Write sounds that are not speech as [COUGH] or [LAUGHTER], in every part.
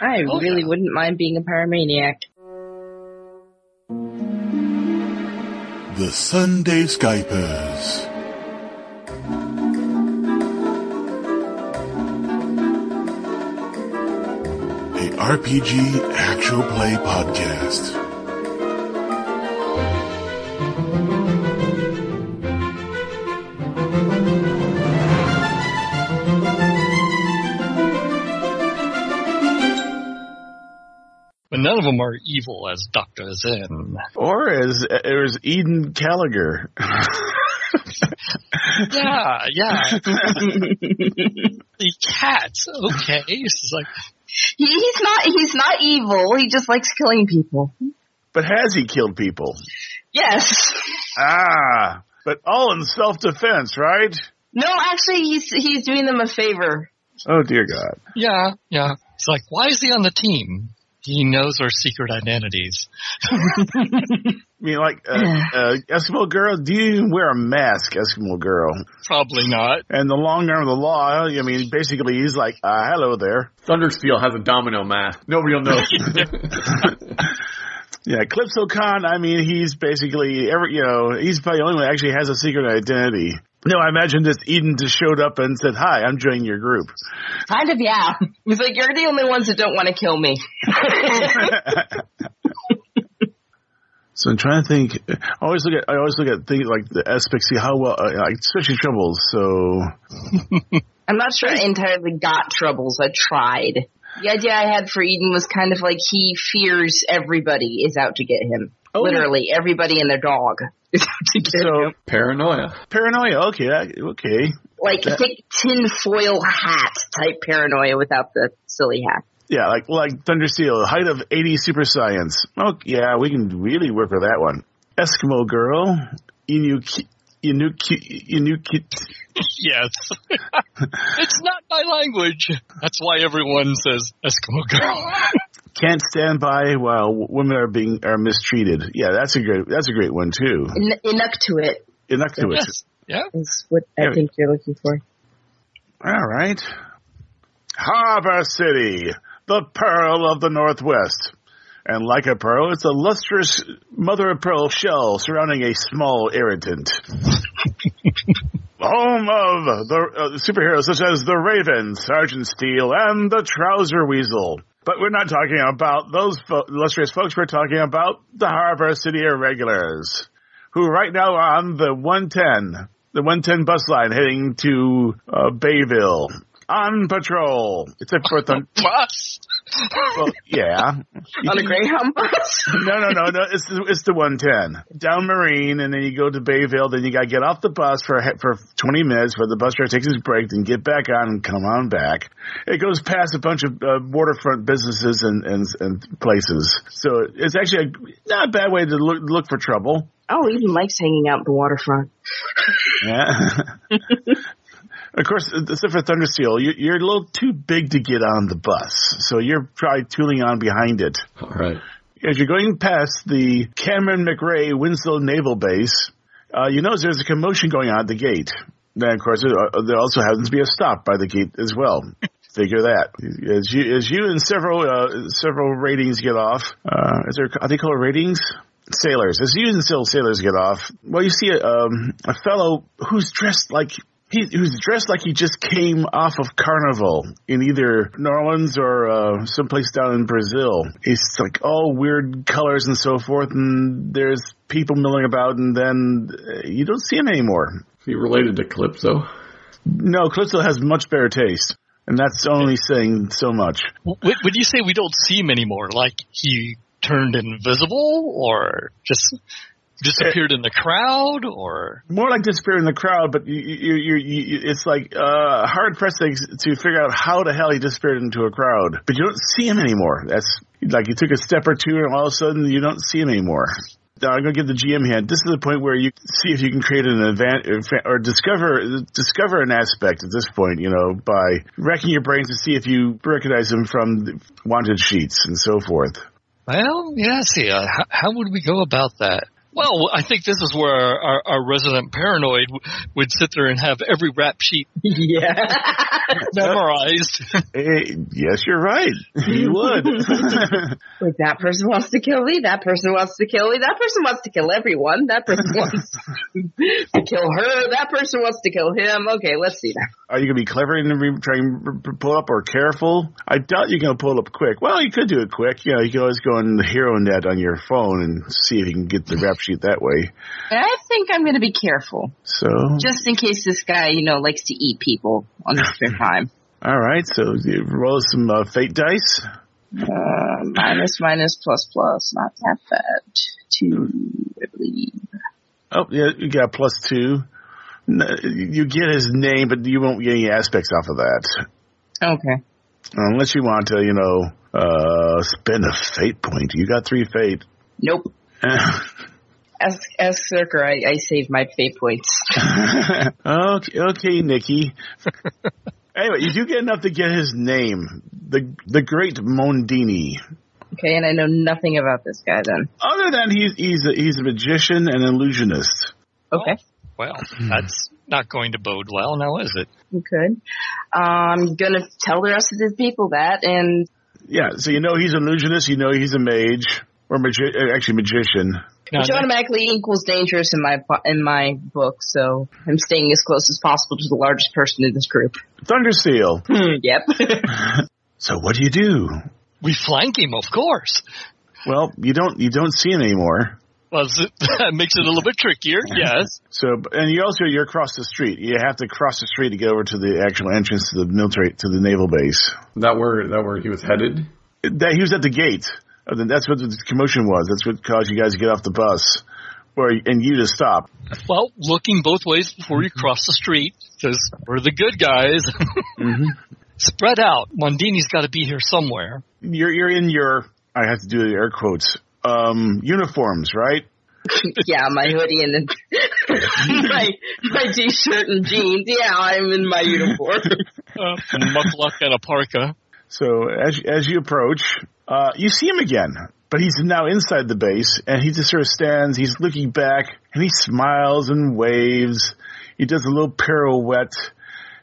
I Oh, really yeah. wouldn't mind being a pyromaniac. The Sunday Skypers. A RPG actual play podcast. But none of them are evil as Dr. Zen. Or as or as Eden Callagher. Yeah, yeah. the cat. Okay. It's just like, He, he's not. He's not evil. He just likes killing people. [LAUGHS] but has he killed people? Yes. Ah, but all in self defense, right? No, actually, he's he's doing them a favor. Oh dear God. yeah, yeah. It's like, why is he on the team? He knows our secret identities. I mean, like uh, uh, Eskimo girl, do you even wear a mask, Eskimo girl? Probably not. And the long arm of the law. I mean, basically, he's like, uh, "Hello there." Thundersteel has a domino mask. Nobody will know. Yeah, Calypso Khan, I mean, he's basically every, you know, he's probably the only one that actually has a secret identity. No, I imagine this Eden just showed up and said, "Hi, I'm joining your group." Kind of, yeah. He's like, you're the only ones that don't want to kill [LAUGHS] me. So I'm trying to think. I always look at I always look at things like the aspects, see how well, uh, like especially troubles. So I'm not sure I entirely got troubles. I tried. The idea I had for Eden was kind of like he fears everybody is out to get him. Literally, everybody and their dog is out to get him. so Paranoia. paranoia. Okay, that- okay. Like, thick tinfoil hat type paranoia without the silly hat. Yeah, like like Thunder Seal, height of 80 super science. Oh, yeah, we can really work with that one. Eskimo girl, Inuki, Inuki, Inuki. Yes. [LAUGHS] it's not my language. That's why everyone says Eskimo girl. Can't stand by while women are being are mistreated. Yeah, that's a great that's a great one too. In- Inuktitut Inuktitut. yes. [LAUGHS] Yeah. is what I Yeah. think you're looking for. All right. Harbor City, the pearl of the Northwest. And like a pearl, it's a lustrous mother of pearl shell surrounding a small irritant. Home of the uh, superheroes such as the Raven, Sergeant Steel, and the Trouser Weasel. But we're not talking about those fo- illustrious folks. We're talking about the Harbor City Irregulars who right now are on the 110, the 110 bus line heading to uh, Bayville on patrol. Except for the Plus. well, yeah, On a Greyhound bus? no, no, no, no. It's the, it's the 110 down Marine, and then you go to Bayville. Then you got to get off the bus for he- for 20 minutes for the bus driver takes his break, then get back on and come on back. It goes past a bunch of uh, waterfront businesses and, and and places. So it's actually a, not a bad way to look look for trouble. oh, Eden likes hanging out at the waterfront. Yeah. [LAUGHS] of course, except for Thundersteel, you, you're a little too big to get on the bus, so you're probably tooling on behind it. All right. As you're going past the Cameron McRae Winslow Naval Base, uh, you notice there's a commotion going on at the gate. Then, of course, there uh, there also happens to be a stop by the gate as well. Figure that as you as you and several uh, several ratings get off. Uh, is there are they called ratings? Sailors. As you and several sailors get off, well, you see a, um, a fellow who's dressed like he who's dressed like he just came off of carnival in either New Orleans or uh, someplace down in Brazil. It's like all weird colors and so forth, and there's people milling about, and then uh, you don't see him anymore. Is he related to Calypso? No, Calypso has much better taste, and that's only saying so much. W- would you say we don't see him anymore? Like he turned invisible or just disappeared in the crowd or More like disappearing in the crowd, but you, you, you, you, it's like uh, hard pressed to, to figure out how the hell he disappeared into a crowd. But you don't see him anymore. That's like you took a step or two, and all of a sudden you don't see him anymore. Now I'm gonna give the GM hand. This is the point where you see if you can create an event or discover discover an aspect at this point. You know, by wrecking your brains to see if you recognize him from the wanted sheets and so forth. well yeah see uh, how, how would we go about that Well, I think this is where our, our, our resident paranoid w- would sit there and have every rap sheet yeah. [LAUGHS] memorized. [LAUGHS] Eh, yes, you're right. [LAUGHS] He would. [LAUGHS] Like that person wants to kill me. That person wants to kill me. That person wants to kill everyone. That person wants to kill her. That person wants to kill him. Okay, let's see that. Are you going to be clever and re- try and r- r- pull up or careful? I doubt you're going to pull up quick. Well, you could do it quick. You know, you could always go on the HeroNet on your phone and see if you can get the rap sheet that way. And I think I'm going to be careful, So, just in case this guy, you know, likes to eat people on his spare time. all right. So you roll some uh, fate dice. Uh, minus, minus, plus, plus. Not that bad. Two, I believe. Oh, yeah, you got plus two. No, You get his name, but you won't get any aspects off of that. Okay. Unless you want to, you know, uh, spend a fate point. You got three fate. [LAUGHS] Nope. Ask, ask Circa. I, I saved my fate points. [LAUGHS] okay, okay, Nikki. anyway, you do get enough to get his name, the the Great Mondini. Okay, and I know nothing about this guy then. Other than he's he's a, he's a magician and illusionist. Okay. Well, that's not going to bode well, now is it? You could. I'm gonna tell the rest of the people that, and Yeah, so you know he's an illusionist. You know he's a mage or magi- uh, actually magician. Now, which automatically equals dangerous in my po- in my book. So I'm staying as close as possible to the largest person in this group. Thunderseal. Hmm, yep. [LAUGHS] So what do you do? we flank him, of course. Well, you don't you don't see him anymore. Well, s- that makes it [LAUGHS] a little bit [LAUGHS] trickier, yes. So and you also you're across the street. You have to cross the street to get over to the actual entrance to the military to the naval base. That where that where he was headed. that he was at the gate. Uh, then That's what the commotion was. That's what caused you guys to get off the bus, or and you to stop. Well, looking both ways before you cross the street, because we're the good guys. [LAUGHS] Mm-hmm. Spread out. Mondini's got to be here [LAUGHS] somewhere. You're you're in your I have to do the air quotes um, uniforms, right? yeah, my hoodie and [LAUGHS] my my t-shirt and jeans. Yeah, I'm in my uniform. Uh, Muckluck and a parka. So as as you approach, uh, you see him again, but he's now inside the base, and he just sort of stands. He's looking back, and he smiles and waves. He does a little pirouette,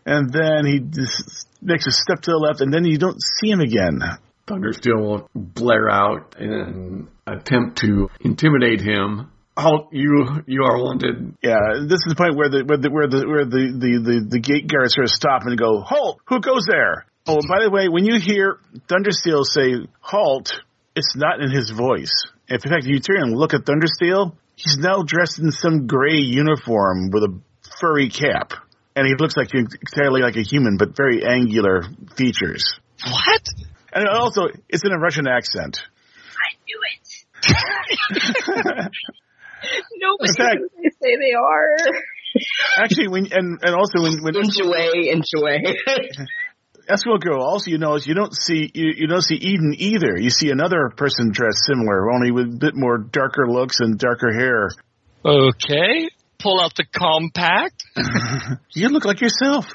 and then he just makes a step to the left, and then you don't see him again. Thundersteel will blare out and attempt to intimidate him. Oh, you you are wanted. Yeah, this is the point where the where the where the where the the, the, the gate guards sort of stop and go, "Halt! Who goes there?" Oh, and by the way, when you hear Thundersteel say "halt," it's not in his voice. If in fact you turn and look at Thundersteel, he's now dressed in some gray uniform with a furry cap, and he looks like entirely like a human, but very angular features. What? And also, it's in a Russian accent. I knew it. [LAUGHS] Nobody Okay. knows who they say they are. Actually, when and and also when when Enjoy, enjoy. [LAUGHS] Eskimo girl. Also, you notice you don't see you, you don't see Eden either. You see another person dressed similar, only with a bit more darker looks and darker hair. Okay. Pull out the compact. You look like yourself,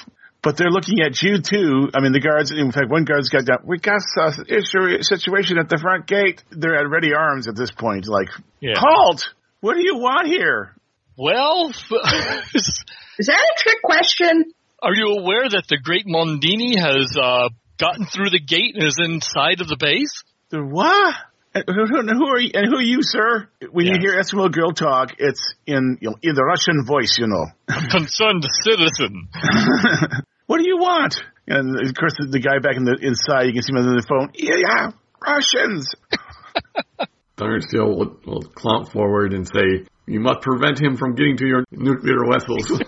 but they're looking at you too. I mean, the guards. In fact, one guard's got down. We got a issue situation at the front gate. They're at ready arms at this point. Like, Yeah. halt! What do you want here? Well, [LAUGHS] Is that a trick question? are you aware that the great Mondini has uh, gotten through the gate and is inside of the base? The what? And who, who- who are you? And who are you, sir? When Yeah. you hear Eskimo girl talk, it's in you know, in the Russian voice, you know. Concerned citizen. what do you want? And of course, the, the guy back in the inside, you can see him on the phone. Yeah, Russians. Thundersteel will, will clomp forward and say, "You must prevent him from getting to your nuclear vessels." [LAUGHS]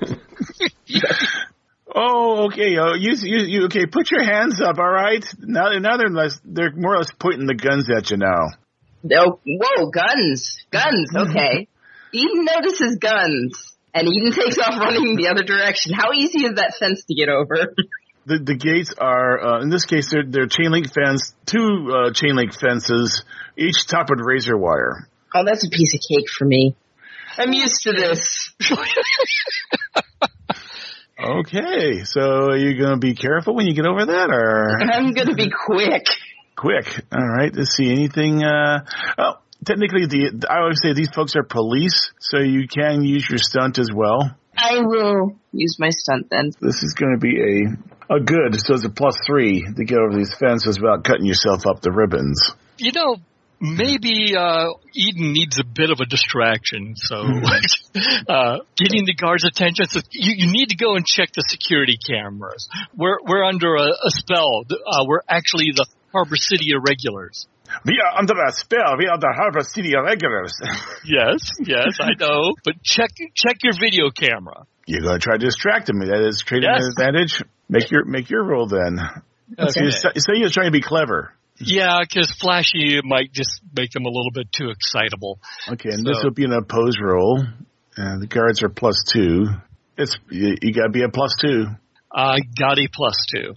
Oh, okay. Oh, you, you, you, okay? Put your hands up. All right. Now, now they're less, they're more or less pointing the guns at you now. Oh, whoa, guns. Guns, [LAUGHS] okay. Eden notices guns, and Eden takes off running the other direction. How easy is that fence to get over? The, the gates are, uh, in this case, they're, they're chain link fence, two uh, chain link fences, each topped with razor wire. [LAUGHS] Oh, that's a piece of cake for me. I'm used to [LAUGHS] this. Okay, so are you gonna be careful when you get over that, or [LAUGHS] I'm gonna be quick. quick. All right. Let's see anything. Uh, oh, technically the I always say these folks are police, so you can use your stunt as well. I will use my stunt then. This is going to be a a good. So it's a plus three to get over these fences without cutting yourself up the ribbons. You know, maybe uh, Eden needs a bit of a distraction. So [LAUGHS] uh, getting the guards' attention. So you, you need to go and check the security cameras. We're we're under a, a spell. Uh, we're actually the Harbor City Irregulars. We are under a spell. We are the Harbor City Irregulars. Yes, yes, I know. But check check your video camera. [LAUGHS] You're going to try to distract him. That is creating Yes. an advantage. Make your make your roll then. So Okay. you're, say you're trying to be clever. Yeah, because flashy might just make them a little bit too excitable. Okay, and So- this will be an opposed roll. And the guards are plus two. It's you, you got to be a plus two. I got a plus two.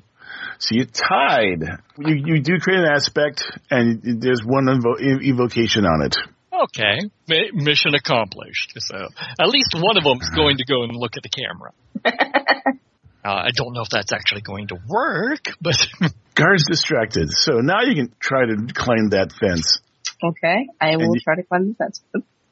So you're tied. You you do create an aspect, and there's one invo- e- evocation on it. Okay, mi- mission accomplished. So at least one of them's going to go and look at the camera. Uh, I don't know if that's actually going to work, but [LAUGHS] Guards distracted. So now you can try to climb that fence, Okay, I will you- try to climb the fence.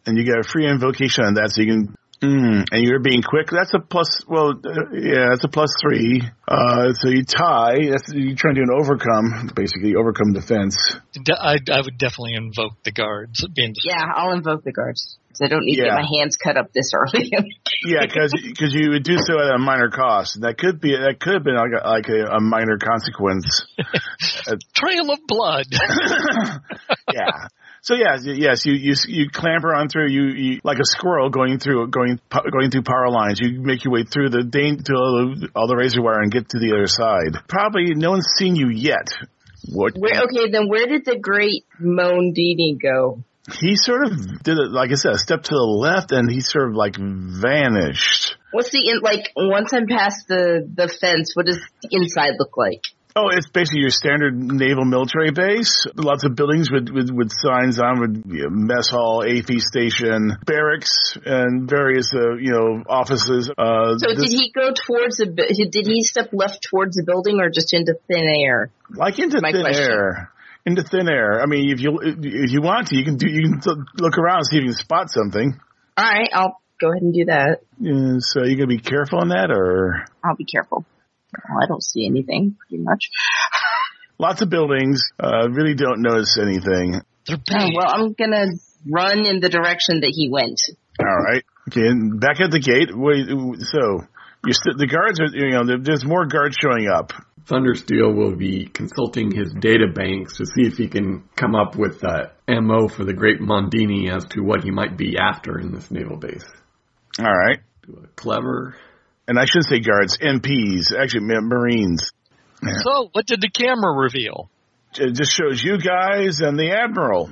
and you get a free invocation on that. So you can. Mm, and you're being quick. That's a plus. Well, uh, yeah, that's a plus three. Uh, so you tie. That's you're trying to do an overcome, basically overcome the fence. de- I, I would definitely invoke the guards. Being Yeah, I'll invoke the guards. 'cause I don't need to Yeah. get my hands cut up this early. [LAUGHS] Yeah, because you would do so at a minor cost, and that could be that could have been like a, like a, a minor [LAUGHS] consequence. trail of blood. [LAUGHS] yeah. So yeah, y- yes, you you you clamber on through you, you like a squirrel going through going po- going through power lines. You make your way through the dan- to all the, all the razor wire and get to the other side. Probably no one's seen you yet. What where, okay, then where did the great Mondini go? he sort of did it like I said, a step to the left, and he sort of like vanished. What's the in, like? Once I'm past the the fence, what does the inside look like? Oh, it's basically your standard naval military base. Lots of buildings with, with, with signs on with you know, mess hall, AP station, barracks, and various uh, you know offices. Uh, So this- did he go towards the? bu- Did he step left towards the building or just into thin air? like into my thin question. air. Into thin air. I mean, if you if you want to, you can do you can look around and see if you can spot something. All right, I'll go ahead and do that. Yeah, so you gonna be careful on that, or I'll be careful. Well, I don't see anything, pretty much. lots of buildings. Uh, really don't notice anything. They're Oh, big. well, I'm gonna run in the direction that he went. All right. Okay, and back at the gate. Wait, so you st- the guards are you know there- there's more guards showing up. Thundersteel will be consulting his data banks to see if he can come up with a MO for the Great Mondini as to what he might be after in this naval base. All right. Clever. And I should say guards, MPs, actually ma- Marines. So what did the camera reveal? It just shows you guys and the admiral.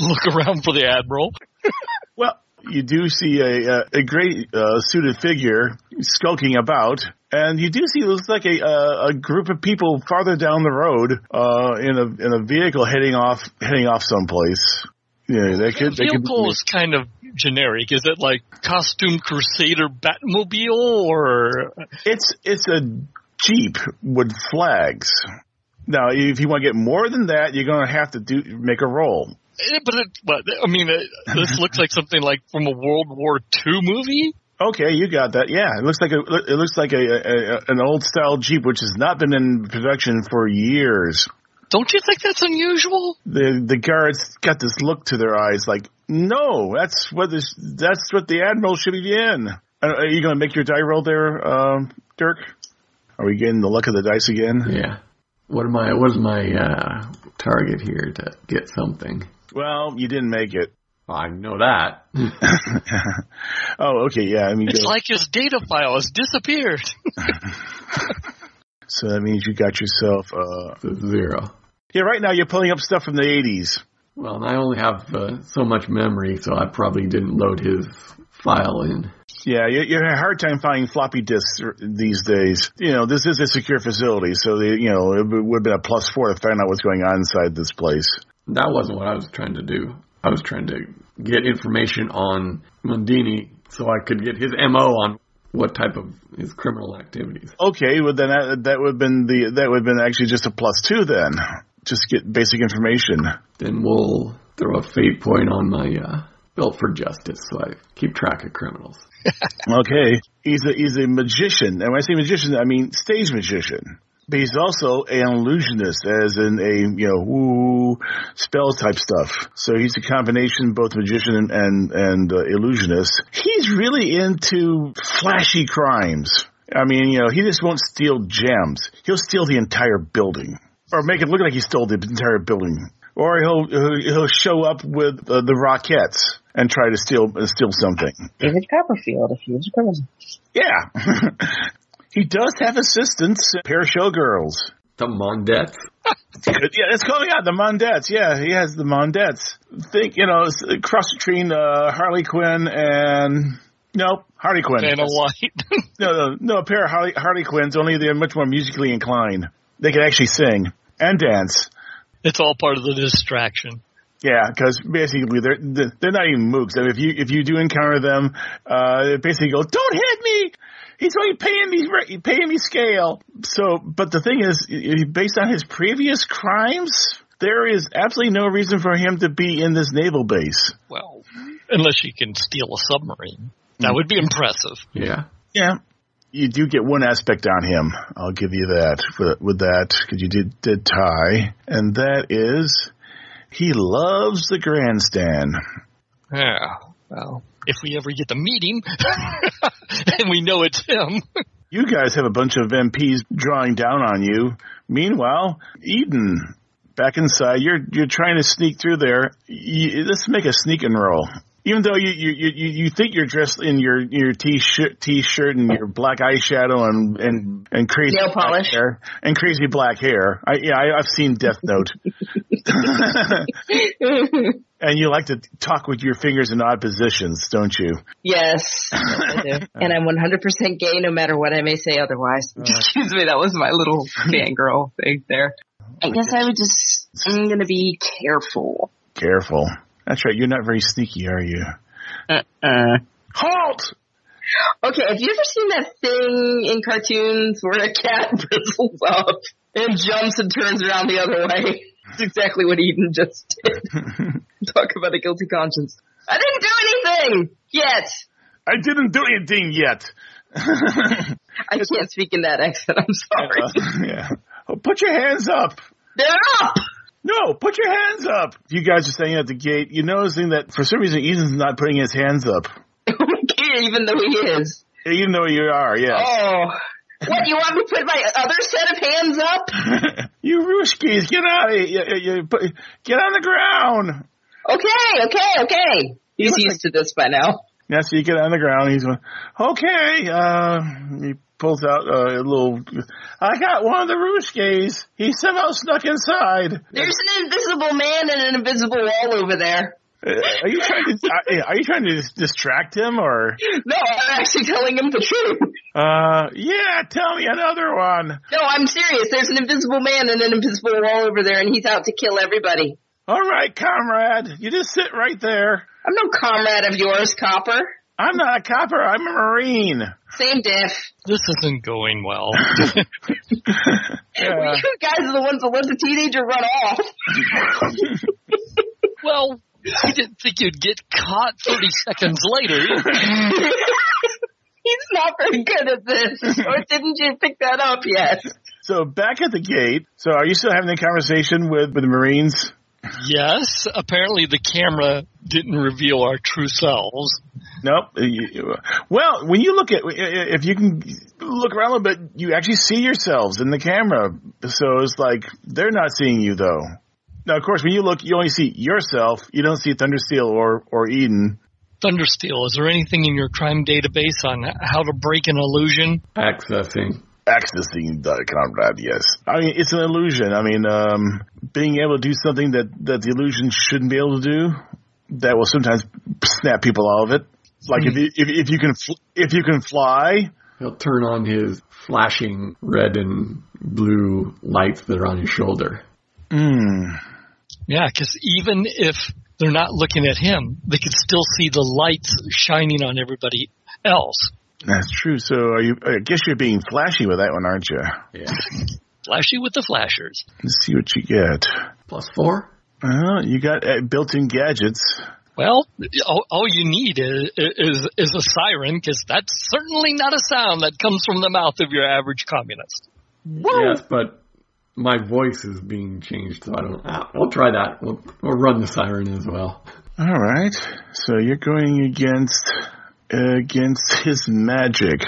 Look around for the admiral. Well, you do see a a, a great uh, suited figure skulking about, and you do see it looks like a a, a group of people farther down the road uh, in a in a vehicle heading off heading off someplace. Yeah, they could. They could Vehicle is kind of generic. Is it like costume crusader Batmobile or It's it's a jeep with flags. Now, if you want to get more than that, you're going to have to do make a roll. Yeah, eh, but, it, but I mean, it, [LAUGHS] this looks like something like from a World War II movie. Okay, you got that. Yeah, it looks like a it looks like a, a, a an old style Jeep which has not been in production for years. Don't you think that's unusual? The the guards got this look to their eyes like, "No, that's what this that's what the admiral should be in." Uh, Are are you going to make your die roll there, um, Dirk? Are we getting the luck of the dice again? Yeah. What am I? What is my uh, target here to get something? Well, you didn't make it. I know that. Oh, okay, yeah. I mean, It's go- like his data file has [LAUGHS] disappeared. so that means you got yourself. Uh, It's a zero. yeah, right now you're pulling up stuff from the '80s. Well, and I only have uh, so much memory, so I probably didn't load his file in. Yeah, you, you have a hard time finding floppy disks these days. You know, this is a secure facility, so they, you know it would have been a plus four to find out what's going on inside this place. That wasn't what I was trying to do. I was trying to get information on Mondini so I could get his MO on what type of his criminal activities. Okay, well then that, that would have been the that would have been actually just a plus two then. Just get basic information. Then we'll throw a fate point on my uh, belt for justice, so I keep track of criminals. Okay. He's a he's a magician. And when I say magician, I mean stage magician. But he's also an illusionist, as in a you know woo spell type stuff. So he's a combination both magician and and, and uh, illusionist. He's really into flashy crimes. I mean, you know, he just won't steal gems. He'll steal the entire building, or make it look like he stole the entire building. Or he'll he'll, he'll show up with uh, the Rockettes and try to steal uh, steal something. David Copperfield, if he was a criminal. Yeah. [LAUGHS] he does have assistants, a pair of showgirls. The Mondettes. Good. Yeah, it's called yeah, the Mondettes. Yeah, he has the Mondettes. Think, you know, it's a cross between uh, Harley Quinn and nope, Harley Quinn. Dana White. No, no, no, a pair of Harley, Harley Quinns. Only they're much more musically inclined. They can actually sing and dance. [LAUGHS] it's all part of the distraction. Yeah, because basically they're they're not even mooks. I mean, if you if you do encounter them, uh, they basically go, "Don't hit me." He's only paying me re- paying me scale. So, but the thing is, i- i- based on his previous crimes, there is absolutely no reason for him to be in this naval base. Well, unless you can steal a submarine, that would Mm-hmm. be impressive. Yeah. Yeah. You do get one aspect on him. I'll give you that with, with that because you did did tie, and that is he loves the grandstand. Yeah. Well, if we ever get to meet him, [LAUGHS] and we know it's him, [LAUGHS] you guys have a bunch of MPs drawing down on you. Meanwhile, Eden, back inside, you're you're trying to sneak through there. You, let's make a sneak and roll. Even though you you, you- you you think you're dressed in your your t-shirt t-shirt and your black eyeshadow and and and crazy Nail black polish. hair and crazy black hair. I yeah, I, I've [LAUGHS] seen Death Note. and you like to talk with your fingers in odd positions, don't you? Yes, I do. [LAUGHS] and I'm 100% gay no matter what I may say otherwise. [LAUGHS] Excuse me, that was my little fangirl thing there. I guess I would just, I'm gonna be careful. Careful. That's right. You're not very sneaky, are you? Uh, Halt! okay, have you ever seen that thing in cartoons where a cat [LAUGHS] bristles up and jumps and turns around the other way? It's exactly what Eden just [LAUGHS] did. Talk about a guilty conscience. I didn't do anything yet. I didn't do anything yet. I can't speak in that accent. I'm sorry. [LAUGHS] [LAUGHS] yeah. Oh, put your hands up. They're up. [LAUGHS] No, put your hands up. You guys are standing at the gate. You're noticing that for some reason Ethan's not putting his hands up. even though he is. Even though you are, yes. Oh. What, you want me to put my other set of hands up? You Rooshkies, get out of here. You, you, you, put- get on the ground. Okay, okay, okay. He's used to this by now. Yeah, so you get on the ground. He's going, okay. Uh, he pulls out uh, a little, I got one of the Rooshkies. He somehow snuck inside. There's an invisible man and an invisible wall over there. Uh, Are you trying to, are you trying to dis- distract him or? No, I'm actually telling him the truth. Uh, yeah, tell me another one. No, I'm serious. There's an invisible man and an invisible wall over there, and he's out to kill everybody. All right, comrade, you just sit right there. I'm no comrade of yours, Copper. I'm not a copper, I'm a marine. Same diff. this isn't going well. Uh, You guys are the ones that let the teenager run off. [LAUGHS] well, you didn't think you'd get caught 30 seconds later. He's not very good at this. Or didn't you pick that up yet? so back at the gate. So are you still having a conversation with, with the marines? Yes, apparently the camera didn't reveal our true selves. Nope. Uh, you- you- Well, when you look at, uh, if you can look around a little bit, you actually see yourselves in the camera. So it's like, they're not seeing you though. Now, of course, when you look, you only see yourself. You don't see Thundersteel or, or Eden. Thundersteel, is there anything in your crime database on how to break an illusion? Accessing. accessing the comrade, yes. I mean, it's an illusion. I mean, um, being able to do something that, that the illusion shouldn't be able to do, that will sometimes snap people out of it. Like if you, if, if you can fl- if you can fly, He'll turn on his flashing red and blue lights that are on his shoulder. Yeah, because even if they're not looking at him, they could still see the lights shining on everybody else. that's true. So are you, I guess you're being flashy with that one, aren't you? Yeah. Flashy with the flashers. Let's see what you get. [LAUGHS] Plus four? Well, you got uh, built-in gadgets. Well, all, all you need is is, is a siren because that's certainly not a sound that comes from the mouth of your average communist. Yes, but my voice is being changed, so I don't. ah, We'll try that. We'll, we'll run the siren as well. All right. So you're going against against his magic.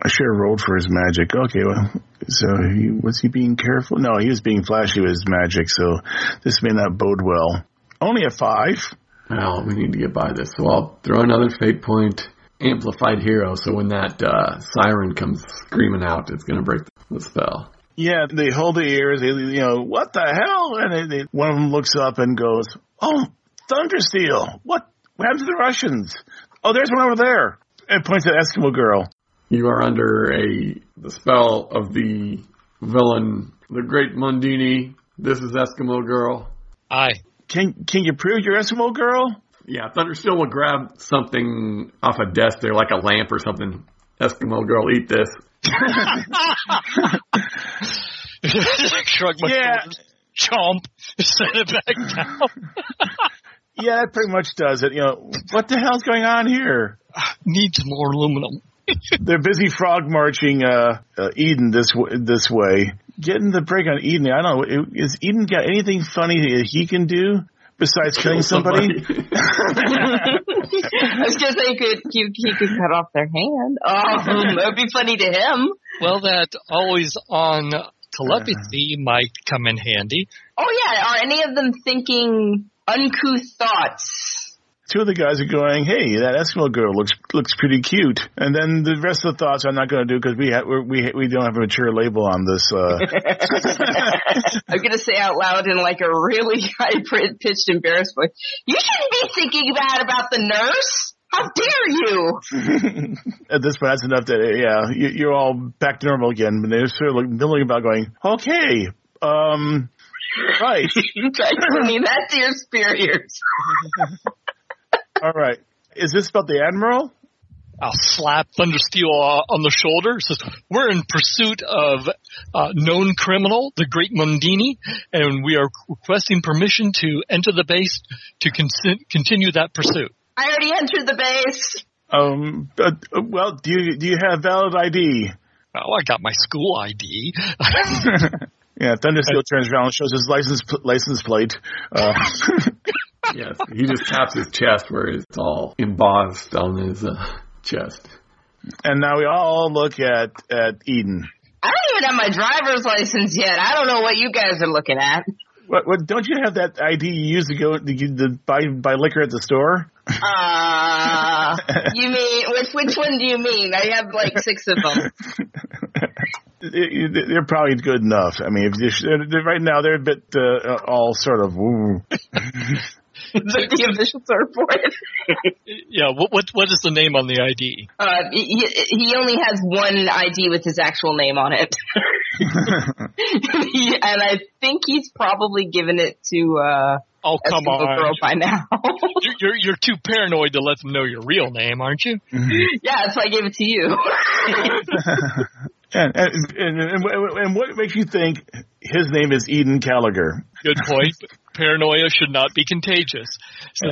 I should have rolled for his magic. Okay, well, so he, was he being careful? No, he was being flashy with his magic. So this may not bode well. Only a five. Well, we need to get by this, so I'll throw another fate point. Amplified hero, so when that uh, siren comes screaming out, it's going to break the spell. Yeah, they hold their ears. They, you know, what the hell? And they, they, one of them looks up and goes, "Oh, Thundersteel! What? what happened to the Russians? Oh, there's one over there." And points at Eskimo girl. You are under a the spell of the villain, the Great Mundini. This is Eskimo Girl. I Can can you prove you're Eskimo girl? Yeah, Thundersteel will grab something off a desk there, like a lamp or something. Eskimo Girl, eat this. [LAUGHS] shrug my Yeah. shoulders, chomp, set it back down. Yeah, that pretty much does it. You know, what the hell's going on here? [LAUGHS] Needs more aluminum. They're busy frog marching uh, uh, Eden this w- this way, getting the break on Eden. I don't know. Is Eden got anything funny that he can do besides killing somebody? I was gonna say he could he, he could cut off their hand. Oh, [LAUGHS] that'd be funny to him. Well, that always on telepathy might come in handy. Oh yeah, are any of them thinking uncouth thoughts? Two of the guys are going, "Hey, that Eskimo girl looks looks pretty cute," and then the rest of the thoughts I'm not going to do because we ha- we're- we we don't have a mature label on this. Uh, I'm gonna say out loud in like a really [LAUGHS] high pitched embarrassed voice. You shouldn't be thinking bad about the nurse. How dare you? [LAUGHS] at this point, that's enough that, uh, yeah, you, you're all back to normal again. But they're sort of like milling about going, okay, um, right, Try to mean that to your superiors. all right. Is this about the Admiral? I'll slap Thundersteel uh, on the shoulder. Says, "We're in pursuit of uh, known criminal, the Great Mundini, and we are requesting permission to enter the base to con- continue that pursuit." I already entered the base. Um, uh, uh, well, do you, do you have valid ID? Oh, I got my school ID. Yeah, Thundersteel turns around and shows his license, pl- license plate. Uh, [LAUGHS] yes, he just taps his chest where it's all embossed on his uh, chest. and now we all look at, at Eden. I don't even have my driver's license yet. I don't know what you guys are looking at. What, what, don't you have that ID you used to go to, get- to buy, buy liquor at the store? Uh, you mean which which one do you mean? I have like six of them. it- it- they're probably good enough. I mean, if you they're, they're, right now they're a bit uh, all sort of. Ooh. That's the official term for it. [LAUGHS] yeah, what, what what is the name on the ID? Uh, he, he only has one ID with his actual name on it, He- and I think he's probably given it to uh, Oh, a come single on. girl by now. [LAUGHS] You're, you're you're too paranoid to let them know your real name, aren't you? yeah, that's why I gave it to you. And, and, and, and, wh- and what makes you think his name is Eden Gallagher? Good [LAUGHS] point. Paranoia should not be contagious. So,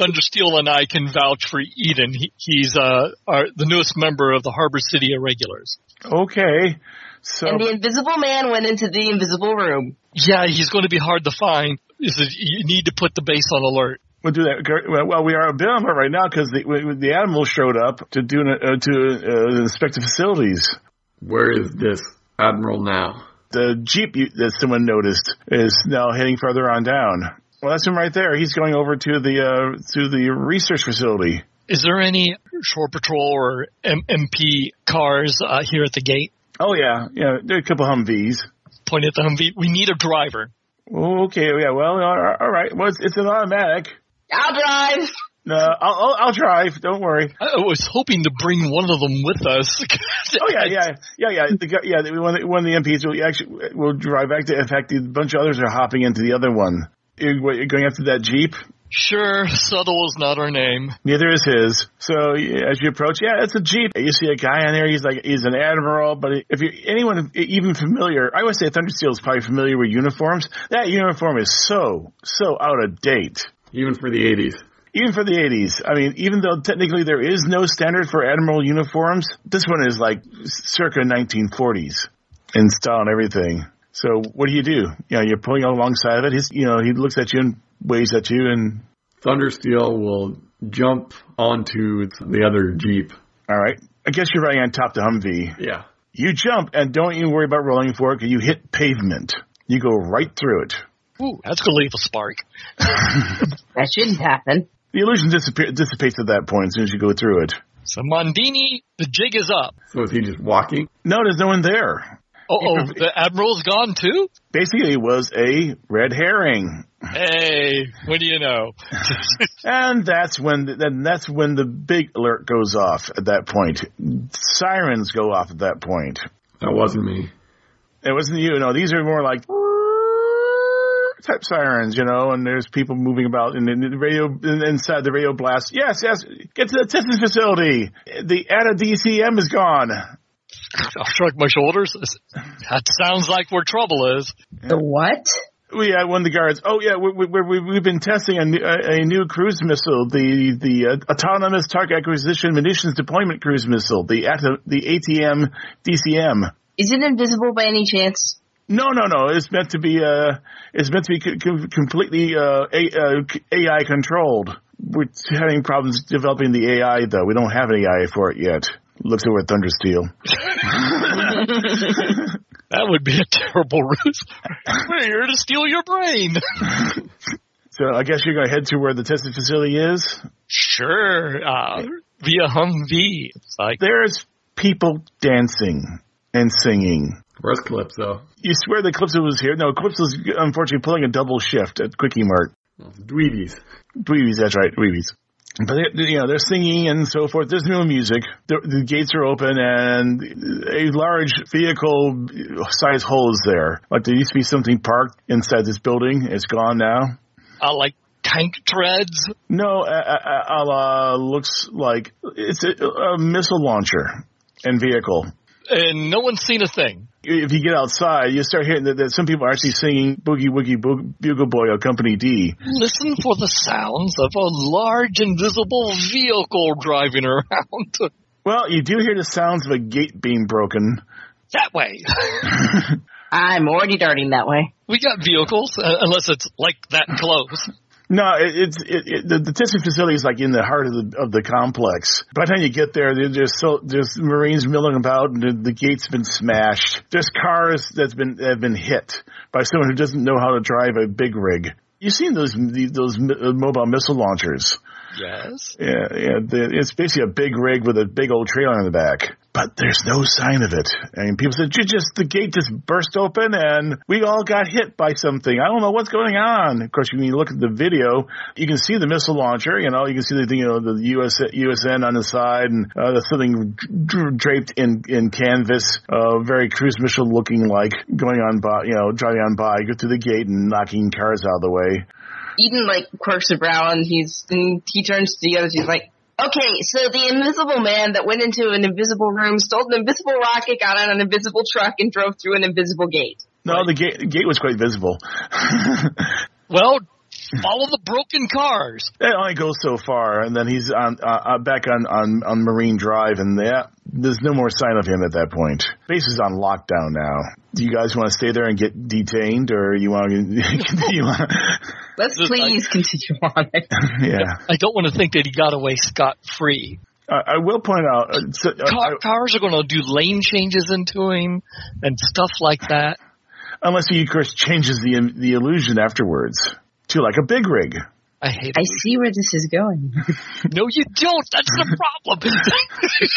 Thundersteel and I can vouch for Eden. He, he's uh, our, the newest member of the Harbor City Irregulars. Okay, so and the Invisible Man went into the Invisible Room. Yeah, he's going to be hard to find. He said, You need to put the base on alert. we'll do that. Gr- well, Well, we are a bit on it right now because the we- the animal showed up to do an, uh, to uh, inspect the facilities. Where is this admiral now? The jeep you, that someone noticed is now heading further on down. Well, that's him right there. He's going over to the uh, to the research facility. Is there any Shore Patrol or M- MP cars uh, here at the gate? Oh yeah, yeah. There are a couple Humvees. Point at the Humvee. We need a driver. Okay, yeah, well, all right. all right. Well, it's, it's an automatic. I'll drive. No, I'll, I'll, I'll drive. Don't worry. I was hoping to bring one of them with us. [LAUGHS] Oh yeah, yeah, yeah, yeah. The, guy- yeah, the- one, of the- one of the MPs will actually will drive back to. In fact, a bunch of others are hopping into the other one. You're, what, you're going after that jeep. Sure, subtle is not our name. Neither is his. So yeah, as you approach, yeah, it's a jeep. You see a guy on there. He's like he's an admiral, but if you anyone even familiar, I would say Thundersteel is probably familiar with uniforms. That uniform is so so out of date. Even for the 80s. Even for the 80s, I mean, even though technically there is no standard for admiral uniforms, this one is like circa 1940s in style and everything. So what do you do? You know, you're pulling alongside of it. He's, you know, he looks at you and waves at you and Thundersteel will jump onto the other Jeep. All right. I guess you're riding on top of the Humvee. Yeah. You jump and don't even worry about rolling for it because you hit pavement. You go right through it. Ooh, that's gonna leave a spark. That shouldn't happen. The illusion disappear- dissipates at that point as soon as you go through it. So Mondini, the jig is up. So is he just walking? No, there's no one there. Oh, [LAUGHS] oh, the admiral's gone too. Basically, it was a red herring. Hey, what do you know? And that's when then that's when the big alert goes off at that point. Sirens go off at that point. That wasn't me. It wasn't you, no, these are more like [LAUGHS] type sirens, you know, and there's people moving about in the radio in- inside the radio blast. Yes, yes, get to the testing facility. The ATA DCM is gone. I shrug my shoulders. That sounds like where trouble is. The what? We had one of the guards. Oh yeah, we, we, we, we've been testing a new, a, a new cruise missile, the the uh, autonomous target acquisition munitions deployment cruise missile, the ATA, the ATM DCM. Is it invisible by any chance? No, no, no. It's meant to be uh, it's meant to be co- co- completely uh, a- uh, c- AI controlled. We're having problems developing the AI though. We don't have an AI for it yet. Looks over at Thundersteel. That would be a terrible ruse. We're here to steal your brain. So I guess you're going to head to where the testing facility is. Sure, uh, via Humvee. It's like There's people dancing and singing. Where's Calypso? You swear that Calypso was here. No, Calypso's unfortunately pulling a double shift at Quickie Mart. Dweebies. Dweebies, that's right, Dweebies. But they, you know they're singing and so forth. There's no music. The, the gates are open and a large vehicle size hole is there. Like there used to be something parked inside this building. It's gone now. uh, like tank treads. No, a, a, a, a la looks like it's a, a missile launcher and vehicle. and no one's seen a thing. If you get outside, you start hearing that, that some people are actually singing "Boogie Woogie Boog- Bugle Boy" of Company D. Listen for the sounds of a large invisible vehicle driving around. Well, you do hear the sounds of a gate being broken. that way. [LAUGHS] I'm already darting that way. We got vehicles, uh, unless it's like that close. No, it, it's it, it, the, the testing facility is like in the heart of the of the complex. By the time you get there, there- there's so there's marines milling about, and the, the gate's been smashed. There's cars that's been that have been hit by someone who doesn't know how to drive a big rig. You've seen those these- those mi- uh, mobile missile launchers. Yes. Yeah, yeah. The, it's basically a big rig with a big old trailer on the back. But there's no sign of it. And people said, "You just the gate just burst open, and we all got hit by something. I don't know what's going on." Of course, when you look at the video, you can see the missile launcher. You know, you can see the you know the US, USN on the side, and uh, there's something dra- draped in in canvas, uh, very cruise missile looking like going on by, you know, driving on by, go through the gate and knocking cars out of the way. Eden like quirks a brow and he's and he turns to the others. He's like, "Okay, so the invisible man that went into an invisible room, stole an invisible rocket, got on an invisible truck, and drove through an invisible gate." No, the gate gate was quite visible. [LAUGHS] Well, follow the broken cars. It only goes so far, and then he's on uh, uh, back on, on on Marine Drive, and that there's no more sign of him at that point. Base is on lockdown now. Do you guys want to stay there and get detained, or you want to [LAUGHS] continue? on? [LAUGHS] Let's Just like- please continue on. yeah, I don't want to think that he got away scot free. I, I will point out. Uh, so, uh, Car- cars are going to do lane changes into him and stuff like that. unless he, of course, changes the the illusion afterwards to like a big rig. I hate [LAUGHS] I it. see where this is going. No, you don't. That's the problem.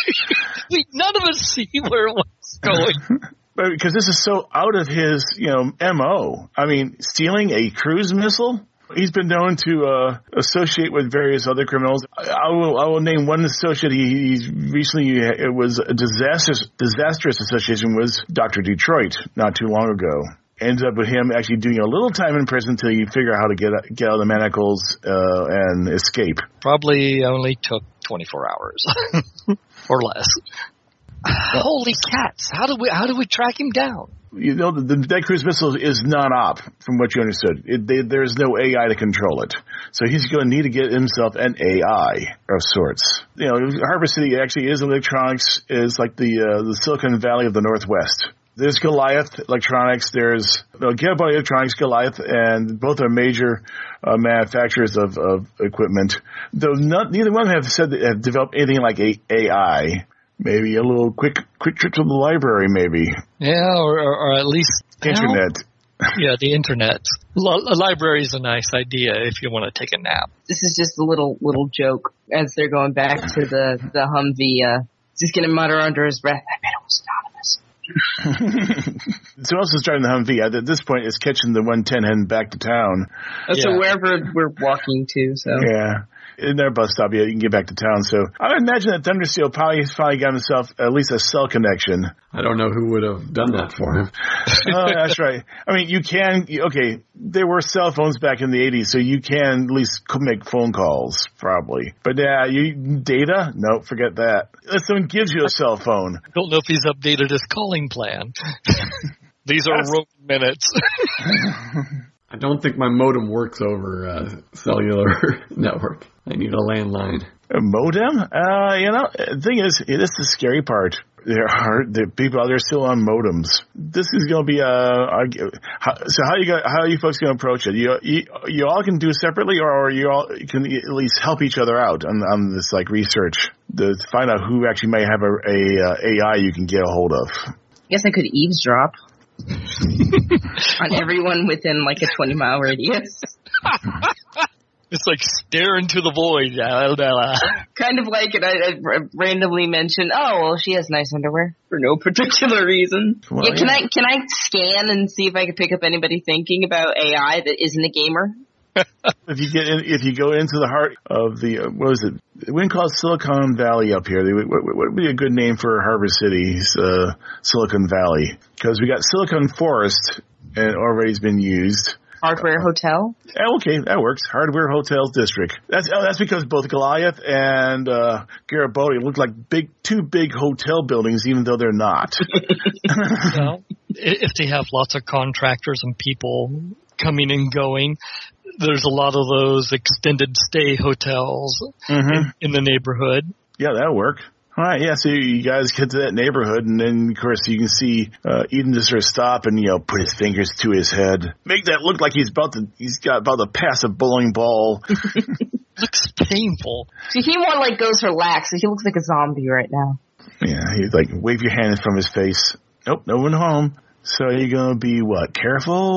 [LAUGHS] we none of us see where what's going. But because this is so out of his, you know, MO. I mean, stealing a cruise missile? He's been known to uh, associate with various other criminals. I, I will I will name one associate he, he's recently it was a disastrous disastrous association was Dr. Detroit not too long ago. ends up with him actually doing a little time in prison until you figure out how to get get out of the manacles uh, and escape. Probably only took 24 hours [LAUGHS] or less. [SIGHS] Holy cats! How did we how did we track him down? You know, the, the Dead Cruise missile is non-op, from what you understood. It, they, there's no AI to control it, so he's going to need to get himself an AI of sorts. You know, Harbor City actually is electronics. is like the uh, the Silicon Valley of the Northwest there's Goliath Electronics, there's no, Gigabyte Electronics, Goliath, and both are major uh, manufacturers of, of equipment. Though not, neither one have said that have developed anything like a AI. Maybe a little quick quick trip to the library, maybe Yeah, or, or, or at least internet. Yeah, the internet. Li- a library is a nice idea if you want to take a nap. This is just a little little joke as they're going back to the the Humvee. Uh, just gonna mutter under his breath. I bet it was anonymous. Someone else is driving the Humvee. At this point, is catching the 110 heading back to town. Oh, So Yeah. wherever we're walking to, so Yeah. In their bus stop, yeah, you can get back to town. So I would imagine that Thundersteel probably has finally got himself at least a cell connection. I don't know who would have done that for him. oh, that's right. I mean, you can. Okay, there were cell phones back in the '80s, so you can at least c- make phone calls, probably. But yeah, you data? No, forget that. Unless someone gives you a cell phone. Don't know if he's updated his calling plan. [LAUGHS] These are Roman minutes. [LAUGHS] I don't think my modem works over uh, cellular [LAUGHS] network. I need a landline. A modem? Uh, you know, the thing is, it is the scary part. There are the people out there still on modems. This is going to be a. a how, so how you got, how are you folks going to approach it? You, you you all can do separately, or you all can at least help each other out on on this like research to find out who actually may have a, a uh, AI you can get a hold of. I guess I could eavesdrop [LAUGHS] on everyone within like a 20 mile radius. It's like stare into the void. I don't know. Kind of like it, I, I r- randomly mention, oh, well, she has nice underwear for no particular reason. Well, yeah, can yeah. I can I scan and see if I can pick up anybody thinking about AI that isn't a gamer? If you get in, if you go into the heart of the uh, what was it? We wouldn't call it Silicon Valley up here. They- What, what what would be a good name for Harbor City's uh, Silicon Valley? Because we got Silicon Forest, and already's been used. Hardware hotel? Eh, Okay, that works. Hardware Hotels District. That's oh, that's because both Goliath and uh, Garibaldi look like big two big hotel buildings, even though they're not. Well, i- if they have lots of contractors and people coming and going, there's a lot of those extended stay hotels Mhm. in the neighborhood. Yeah, that'll work. All right, yeah, so you guys get to that neighborhood, and then, of course, you can see uh, Eden just sort of stop and, you know, put his fingers to his head. Make that look like he's about to, he's got about to pass a bowling ball. Looks painful. So he more like goes for lax. So he looks like a zombie right now. yeah, he's like, wave your hand from his face. Nope, no one home. So you're going to be, what,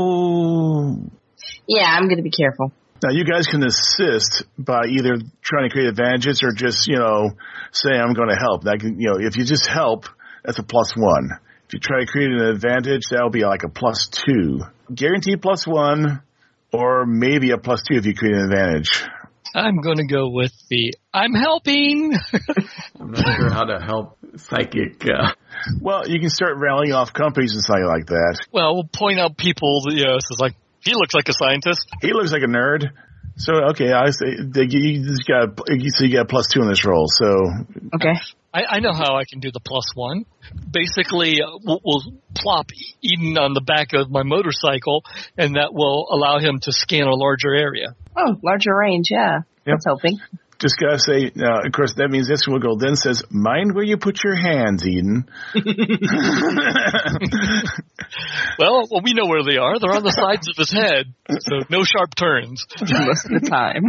careful? Yeah, I'm gonna be careful. Now, you guys can assist by either trying to create advantages or just, you know, say, I'm going to help. That can, you know, if you just help, that's a plus one. If you try to create an advantage, that'll be like a plus two. Guaranteed plus one, or maybe a plus two if you create an advantage. I'm going to go with the I'm helping. [LAUGHS] I'm not sure how to help psychic. Uh, Well, you can start rallying off companies and something like that. well, we'll point out people. that, You know, it's like he looks like a scientist. He looks like a nerd. So, okay, I say, they- you just got, so you got a plus two on this roll. So, Okay. I, I know how I can do the plus one. Basically, uh, we'll, we'll plop Eden on the back of my motorcycle, and that will allow him to scan a larger area. Oh, larger range. Yeah, that's helping. just gotta say, uh, of course, that means this will go then says, mind where you put your hands, Eden. Well, well, we know where they are. They're on the sides of his head, so no sharp turns. [LAUGHS] most of the time.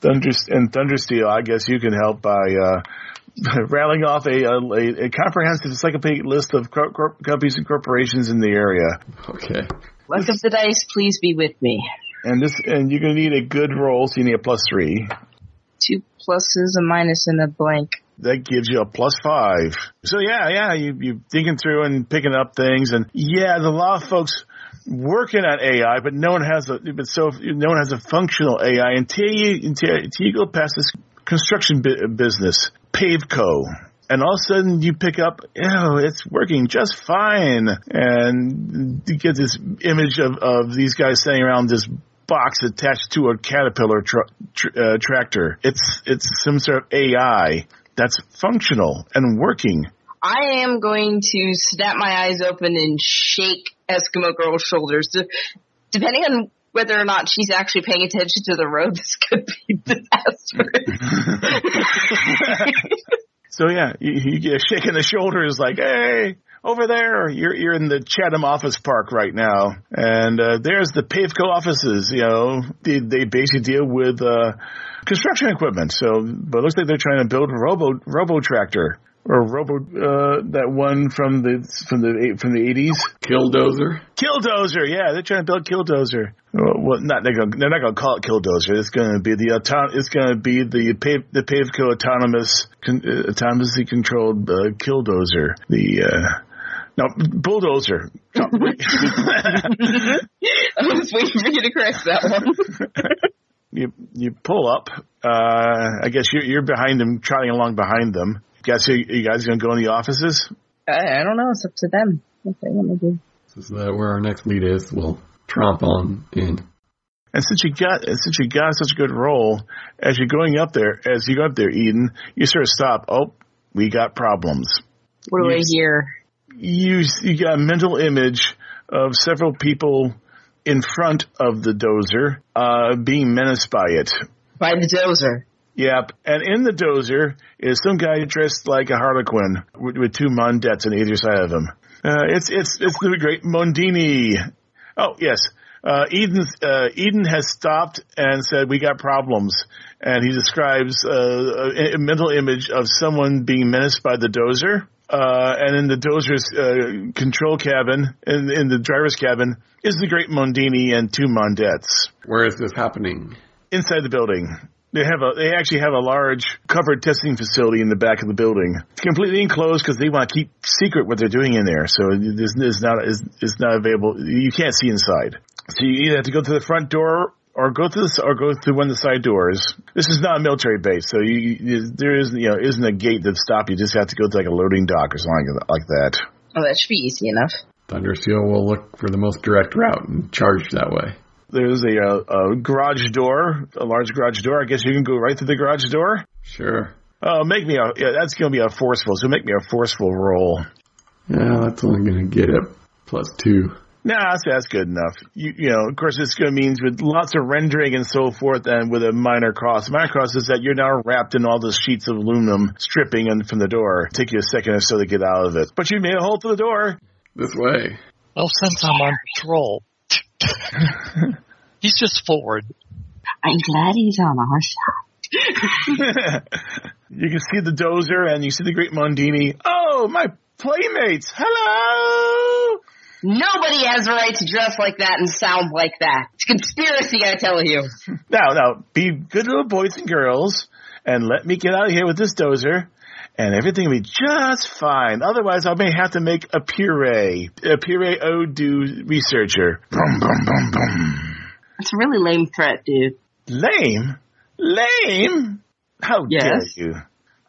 Thunder and Thundersteel, I guess you can help by uh, [LAUGHS] rattling off a, a, a comprehensive encyclopedic list of cor- cor- companies and corporations in the area. okay. Luck of the dice, please be with me. And this, and you're gonna need a good roll, so you need a plus three. Two pluses, a minus, and a blank. That gives you a plus five. So yeah, yeah, you you thinking through and picking up things, and yeah, there's a lot of folks working on AI, but no one has a but so no one has a functional AI until you until, until you go past this construction bu- business, Paveco. and all of a sudden you pick up, oh, it's working just fine. And you get this image of, of these guys standing around this box attached to a caterpillar tr- tr- uh, tractor. It's, it's some sort of AI that's functional and working. I am going to snap my eyes open and shake Eskimo Girl's shoulders. De- depending on whether or not she's actually paying attention to the road, [LAUGHS] this could be disastrous. So yeah, you, you get shaking the shoulders like, hey, over there, you're you're in the Chatham Office Park right now, and uh, there's the Paveco offices. You know, they, they basically deal with uh, construction equipment. So, but it looks like they're trying to build a robo robo tractor or robo uh, that one from the from the eight- from the eighties. Killdozer. Killdozer, yeah, they're trying to build Killdozer. Well, well not they're, gonna, they're not going to call it Killdozer. It's going to be the auton- It's going to be the pa- the Pavco autonomous con- uh, autonomously controlled uh, Killdozer. The uh, no bulldozer. I was waiting for you to correct that one. you you pull up. Uh, I guess you're you're behind them, trotting along behind them. Guess you, you guys going to go in the offices? I, I don't know. It's up to them. What they want to do. This is uh, where our next lead is. We'll tromp on in. And since you got and since you got such a good role, as you're going up there, as you go up there, Eden, you sort of stop. Oh, we got problems. What do I Yes. hear? You you got a mental image of several people in front of the dozer uh, being menaced by it. By the dozer. Yep, and in the dozer is some guy dressed like a harlequin with, with two mondettes on either side of him. Uh, it's it's it's the great Mondini. Oh yes, uh, Eden uh, Eden has stopped and said we got problems, and he describes uh, a, a mental image of someone being menaced by the dozer. Uh, and in the dozer's uh, control cabin, in, in the driver's cabin, is the great Mondini and two mondettes Where is this happening? inside the building. They have a they actually have a large covered testing facility in the back of the building. It's completely enclosed because they want to keep secret what they're doing in there. So it's, it's not it's, it's not available. You can't see inside. So you either have to go to the front door or go through this or go through one of the side doors. This is not a military base, so you, you there is you know isn't a gate that stop. You just have to go to like a loading dock or something like like that. Oh, that should be easy enough. Thundersteel will look for the most direct route and charge that way. There's a, uh a garage door, a large garage door. I guess you can go right through the garage door. Sure. Oh, make me a yeah. That's gonna be a forceful. So make me a forceful roll. Yeah, that's only going to get it plus two. Nah, that's, that's good enough. You you know, of course, this gonna means with lots of rendering and so forth, and with a minor cost. Minor cost is that you're now wrapped in all the sheets of aluminum stripping and from the door. Take you a second or so to get out of it, but you made a hole through the door. This way. Well, since I'm on patrol, [LAUGHS] he's just forward. I'm glad he's on our side. You can see the dozer and you see the great Mondini. Oh, my playmates! Hello. Nobody has a right to dress like that and sound like that. It's a conspiracy, I tell you. Now, now, be good little boys and girls, and let me get out of here with this dozer, and everything will be just fine. Otherwise, I may have to make a puree, a puree Odoo researcher. Boom, boom, boom, boom. It's a really lame threat, dude. Lame, lame. How Yes. dare you?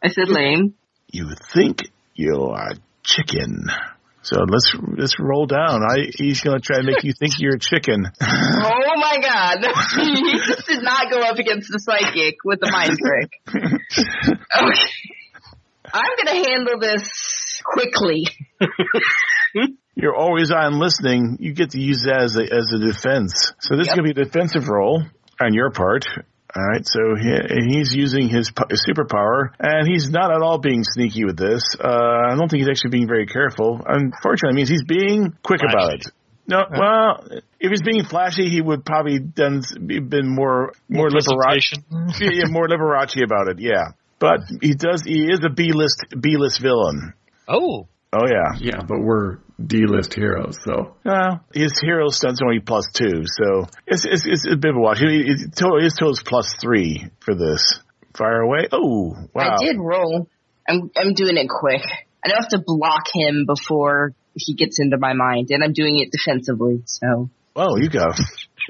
I said lame. You think you're a chicken? So let's let's roll down. I, he's gonna try to make you think you're a chicken. Oh my god. [LAUGHS] he just did not go up against the psychic with the mind trick. [LAUGHS] Okay. I'm gonna handle this quickly. you're always on listening, you get to use that as a, as a defense. So this is Yep. going to be a defensive role on your part. All right, so he, he's using his po- his superpower, and he's not at all being sneaky with this. Uh, I don't think he's actually being very careful. Unfortunately, it means he's being quick Flashy. about it. No, well, if he's being flashy, he would probably done been more more liberal Presentation. yeah, [LAUGHS] yeah, more Liberace about it. Yeah, but he does. He is a B list B list villain. Oh, Oh yeah. Yeah, but we're D-list heroes, so Uh, his hero stunts only plus two, so it's it's, it's a bit of a wash. It, it, it, total- his total's plus three for this. Fire away! Oh wow! I did roll. I'm I'm doing it quick. I don't have to block him before he gets into my mind, and I'm doing it defensively, so Oh, you go.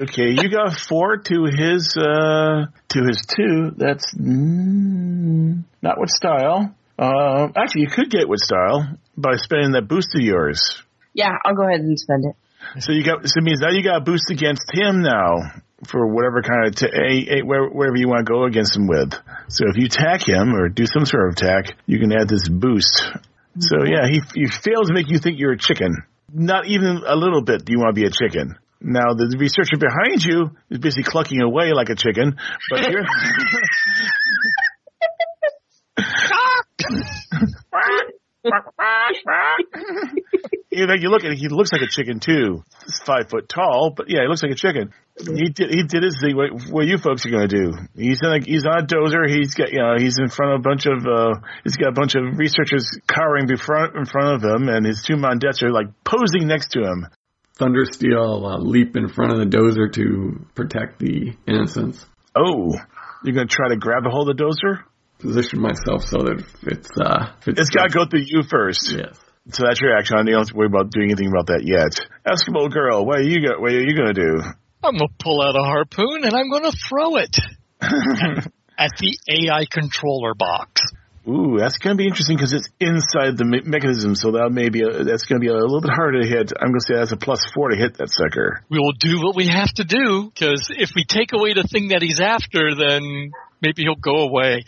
Okay, you got four to his uh to his two. That's mm, not with style. Um, actually, you could get with style by spending that boost of yours. Yeah, I'll go ahead and spend it. [LAUGHS] So you got so it means now you got a boost against him now for whatever kind of t- a, a, where- wherever you want to go against him with. So if you attack him or do some sort of attack, you can add this boost. So yeah, he he fails to make you think you're a chicken. Not even a little bit. Do you want to be a chicken? Now the researcher behind you is busy clucking away like a chicken, but you're. you know, you look at it, he looks like a chicken too. He's five foot tall, but yeah, he looks like a chicken. He did he did his thing. What, what you folks are going to do? He's in a, he's on a dozer. He's got you know he's in front of a bunch of uh, he's got a bunch of researchers cowering before, in front of him, and his two Mondets are like posing next to him. Thundersteel uh, leap in front of the dozer to protect the innocents. Oh, you're going to try to grab a hold of the dozer? Position myself so that if it's uh, if It's got to go through you first. Yes. So that's your action. You don't have to worry about doing anything about that yet. Eskimo girl, what are you go- what are you going to do? I'm gonna pull out a harpoon and I'm gonna throw it at the AI controller box. Ooh, that's going to be interesting because it's inside the me- mechanism, so that may be a, that's going to be a little bit harder to hit. I'm going to say that's a plus four to hit that sucker. We will do what we have to do because if we take away the thing that he's after, then maybe he'll go away.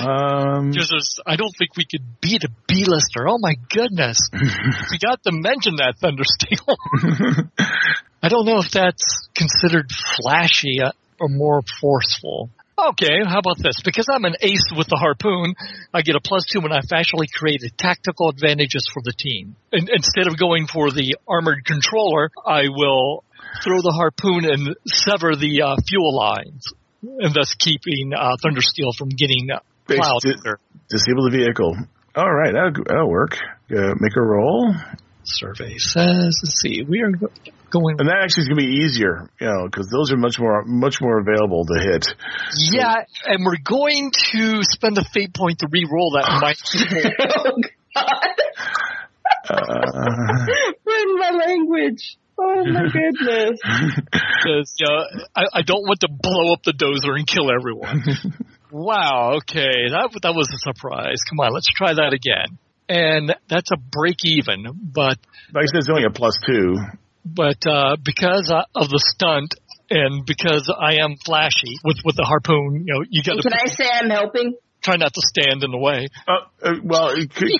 Um, Because there's- I don't think we could beat a B-lister. Oh my goodness, we got to mention that Thundersteel. [LAUGHS] I don't know if that's considered flashy uh, or more forceful. Okay, how about this? Because I'm an ace with the harpoon, I get a plus two when I've actually created tactical advantages for the team. And instead of going for the armored controller, I will throw the harpoon and sever the uh, fuel lines, and thus keeping uh, Thundersteel from getting uh, plowed. Dis- disable the vehicle. All right, that'll, that'll work. Uh, make a roll, survey says. Let's see, we are go- going. and that actually is going to be easier, you know, because those are much more much more available to hit. Yeah, and we're going to spend a fate point to re-roll that. [LAUGHS] minus four. Oh god. [LAUGHS] Uh, Learn my language. Oh [LAUGHS] my goodness. 'Cause, uh, I, I don't want to blow up the dozer and kill [LAUGHS] everyone. wow. Okay, that that was a surprise. Come on, let's try that again. And that's a break even, but like I said, it's only a plus two. but uh, because uh, of the stunt and because I am flashy with with the harpoon, you know, you got Can to I say I'm helping? try not to stand in the way. Uh, uh, well, it could,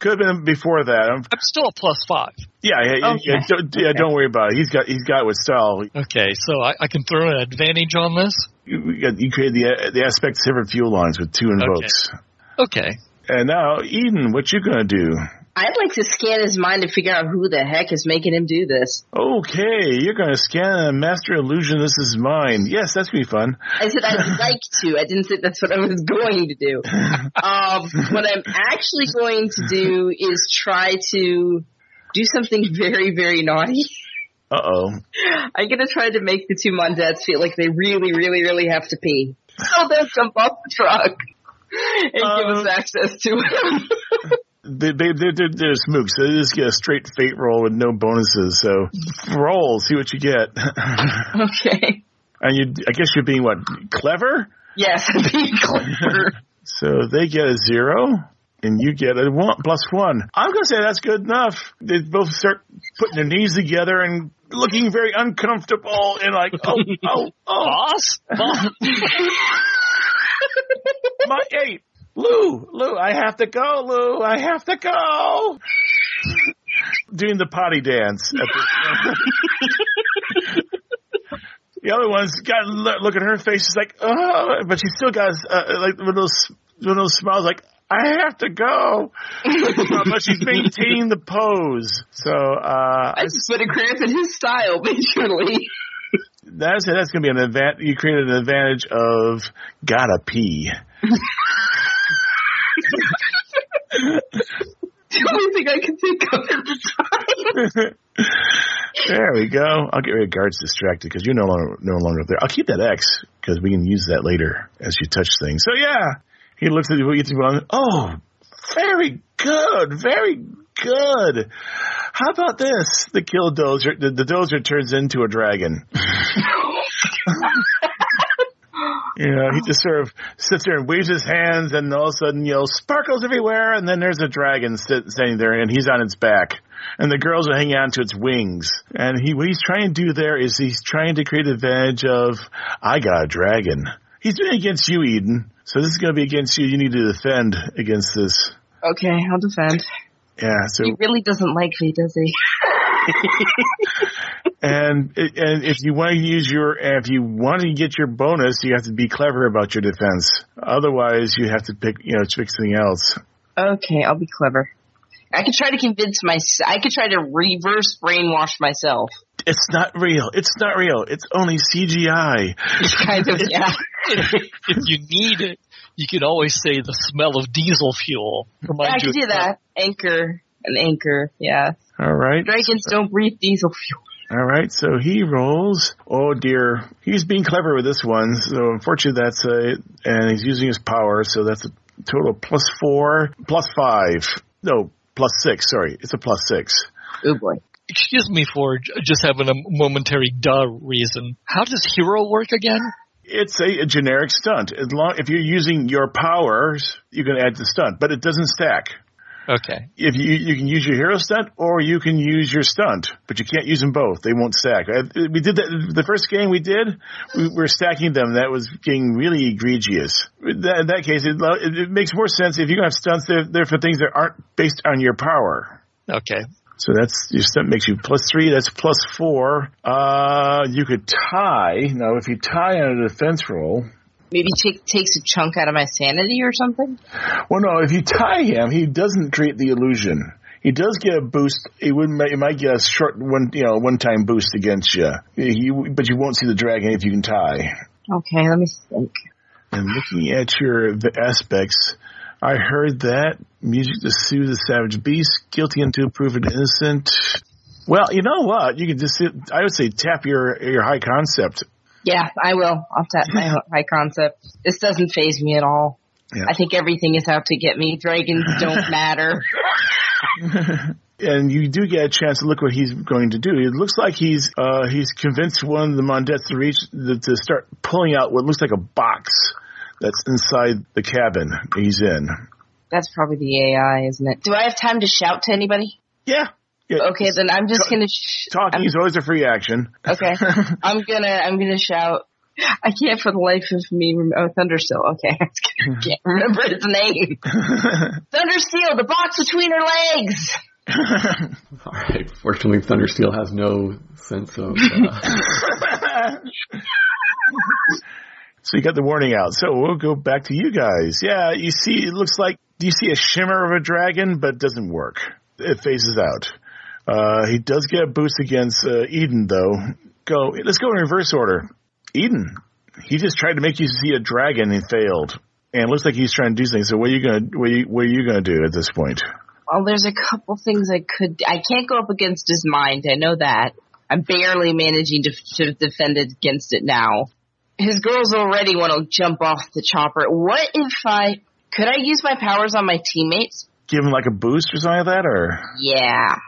could have been before that. I'm I'm still a plus five. Yeah, yeah, Okay. yeah, don't, yeah. Don't worry about it. He's got he's got it with style. Okay, so I, I can throw an advantage on this. You, you got- you created the the aspect different fuel lines with two invokes, Okay. and now Eden, what you gonna do? I'd like to scan his mind to figure out who the heck is making him do this. Okay, you're gonna scan a master illusion. This is mine. Yes, that's gonna be fun. I said I'd like to. I didn't say that's what I was going to do. Um, what I'm actually going to do is try to do something very, very naughty. [LAUGHS] Uh oh. I'm gonna try to make the two Mondettes feel like they really, really, really have to pee. So they'll jump off the truck and give us Um. access to [LAUGHS] him. They they they're, they're, they're smooks. So they just get a straight fate roll with no bonuses. So roll, see what you get. [LAUGHS] and okay. you, I guess you're being what clever. Yes, [LAUGHS] I'm being clever. So they get a zero, and you get a one plus one. I'm gonna say that's good enough. They both start putting their knees together and looking very uncomfortable, and like, [LAUGHS] oh, oh, oh, Boss? Boss? [LAUGHS] my eight, Lou, Lou, I have to go, Lou, I have to go. Doing the potty dance. At the- The other one's got to look look at her face. She's like, oh, but she still got uh, like one of those one of those smiles. Like, I have to go. [LAUGHS] Uh, but she's maintained the pose. So uh, I just put a cramp in his style, visually. that's that's gonna be an advantage. You created an advantage of gotta pee. the only thing [LAUGHS] I can think of at the time. There we go. I'll get rid of guards distracted because you're no longer no longer there. I'll keep that X because we can use that later as you touch things. So yeah, he looks at you. He gets you on. Oh, very good, very good. How about this? The kill dozer. The, the dozer turns into a dragon. You know, he just sort of sits there and waves his hands, and all of a sudden yells "sparkles everywhere!" And then there's a dragon sit, sitting there, and he's on its back, and the girls are hanging on to its wings. And he, what he's trying to do there is he's trying to create advantage of I got a dragon. He's been against you, Eden. So this is going to be against you. You need to defend against this. Okay, I'll defend. Yeah. So He really doesn't like me, does he? and and if you want to use your if you want to get your bonus, you have to be clever about your defense. Otherwise, you have to pick you know pick something else. Okay, I'll be clever. I could try to convince my. I could try to reverse brainwash myself. [LAUGHS] It's not real. It's not real. It's only CGI. Kind of, [LAUGHS] yeah. if you need it, you can always say the smell of diesel fuel. yeah Remind I you could of do that. Anchor. An anchor, yeah. All right. Dragons don't breathe diesel fuel. All right. So he rolls. Oh dear. He's being clever with this one. So unfortunately, that's a and he's using his power. So that's a total of plus four, plus five. No, plus six. Sorry, it's a plus six. Oh boy. Excuse me for j- just having a momentary duh reason. How does hero work again? It's a, a generic stunt. As long if you're using your powers, you can add the stunt, but it doesn't stack. Okay. If you you can use your hero stunt or you can use your stunt, but you can't use them both. They won't stack. Uh, We did that the first game we did. We were stacking them. That was getting really egregious. That- In that case, it, lo- it it makes more sense if you have stunts. They're, they're for things that aren't based on your power. Okay. So that's your stunt makes you plus three. That's plus four. Uh, you could tie. Now, if you tie on a defense roll, Maybe take, takes a chunk out of my sanity or something. Well, no, if you tie him, he doesn't create the illusion. He does get a boost. He would. He might get a short one, you know, one time boost against you. You, but you won't see the dragon if you can tie. Okay, let me think. And looking at your the aspects, I heard that music to soothe the savage beast, guilty until proven innocent. Well, you know what? You could just. I would say tap your your high concept. Yeah, I will. I'll tap my [LAUGHS] high concept. This doesn't phase me at all. Yeah. I think everything is out to get me. Dragons [LAUGHS] don't matter. and you do get a chance to look what he's going to do. It looks like he's uh, he's convinced one of the Mondets to reach the, to start pulling out what looks like a box that's inside the cabin he's in. That's probably the AI, isn't it? Do I have time to shout to anybody? Yeah. yeah. Okay, then I'm just gonna. Sh- Talking I'm- is always a free action. Okay. I'm gonna I'm gonna shout. I can't for the life of me. Rem- oh, Thundersteel. Okay, [LAUGHS] I can't remember its name. Thundersteel, the box between her legs. All right. Fortunately, Thundersteel has no sense of. Uh, So you got the warning out. So we'll go back to you guys. Yeah, you see, it looks like do you see a shimmer of a dragon, but it doesn't work. It phases out. Uh, he does get a boost against uh, Eden, though. Go. Let's go in reverse order. Eden. He just tried to make you see a dragon and failed. And it looks like he's trying to do something. So what are you gonna what are you, what are you gonna do at this point? Well, there's a couple things I could. I can't go up against his mind. I know that. I'm barely managing to, to defend against it now. His girls already want to jump off the chopper. What if I could I use my powers on my teammates? Give him like a boost or something like that, or Yeah,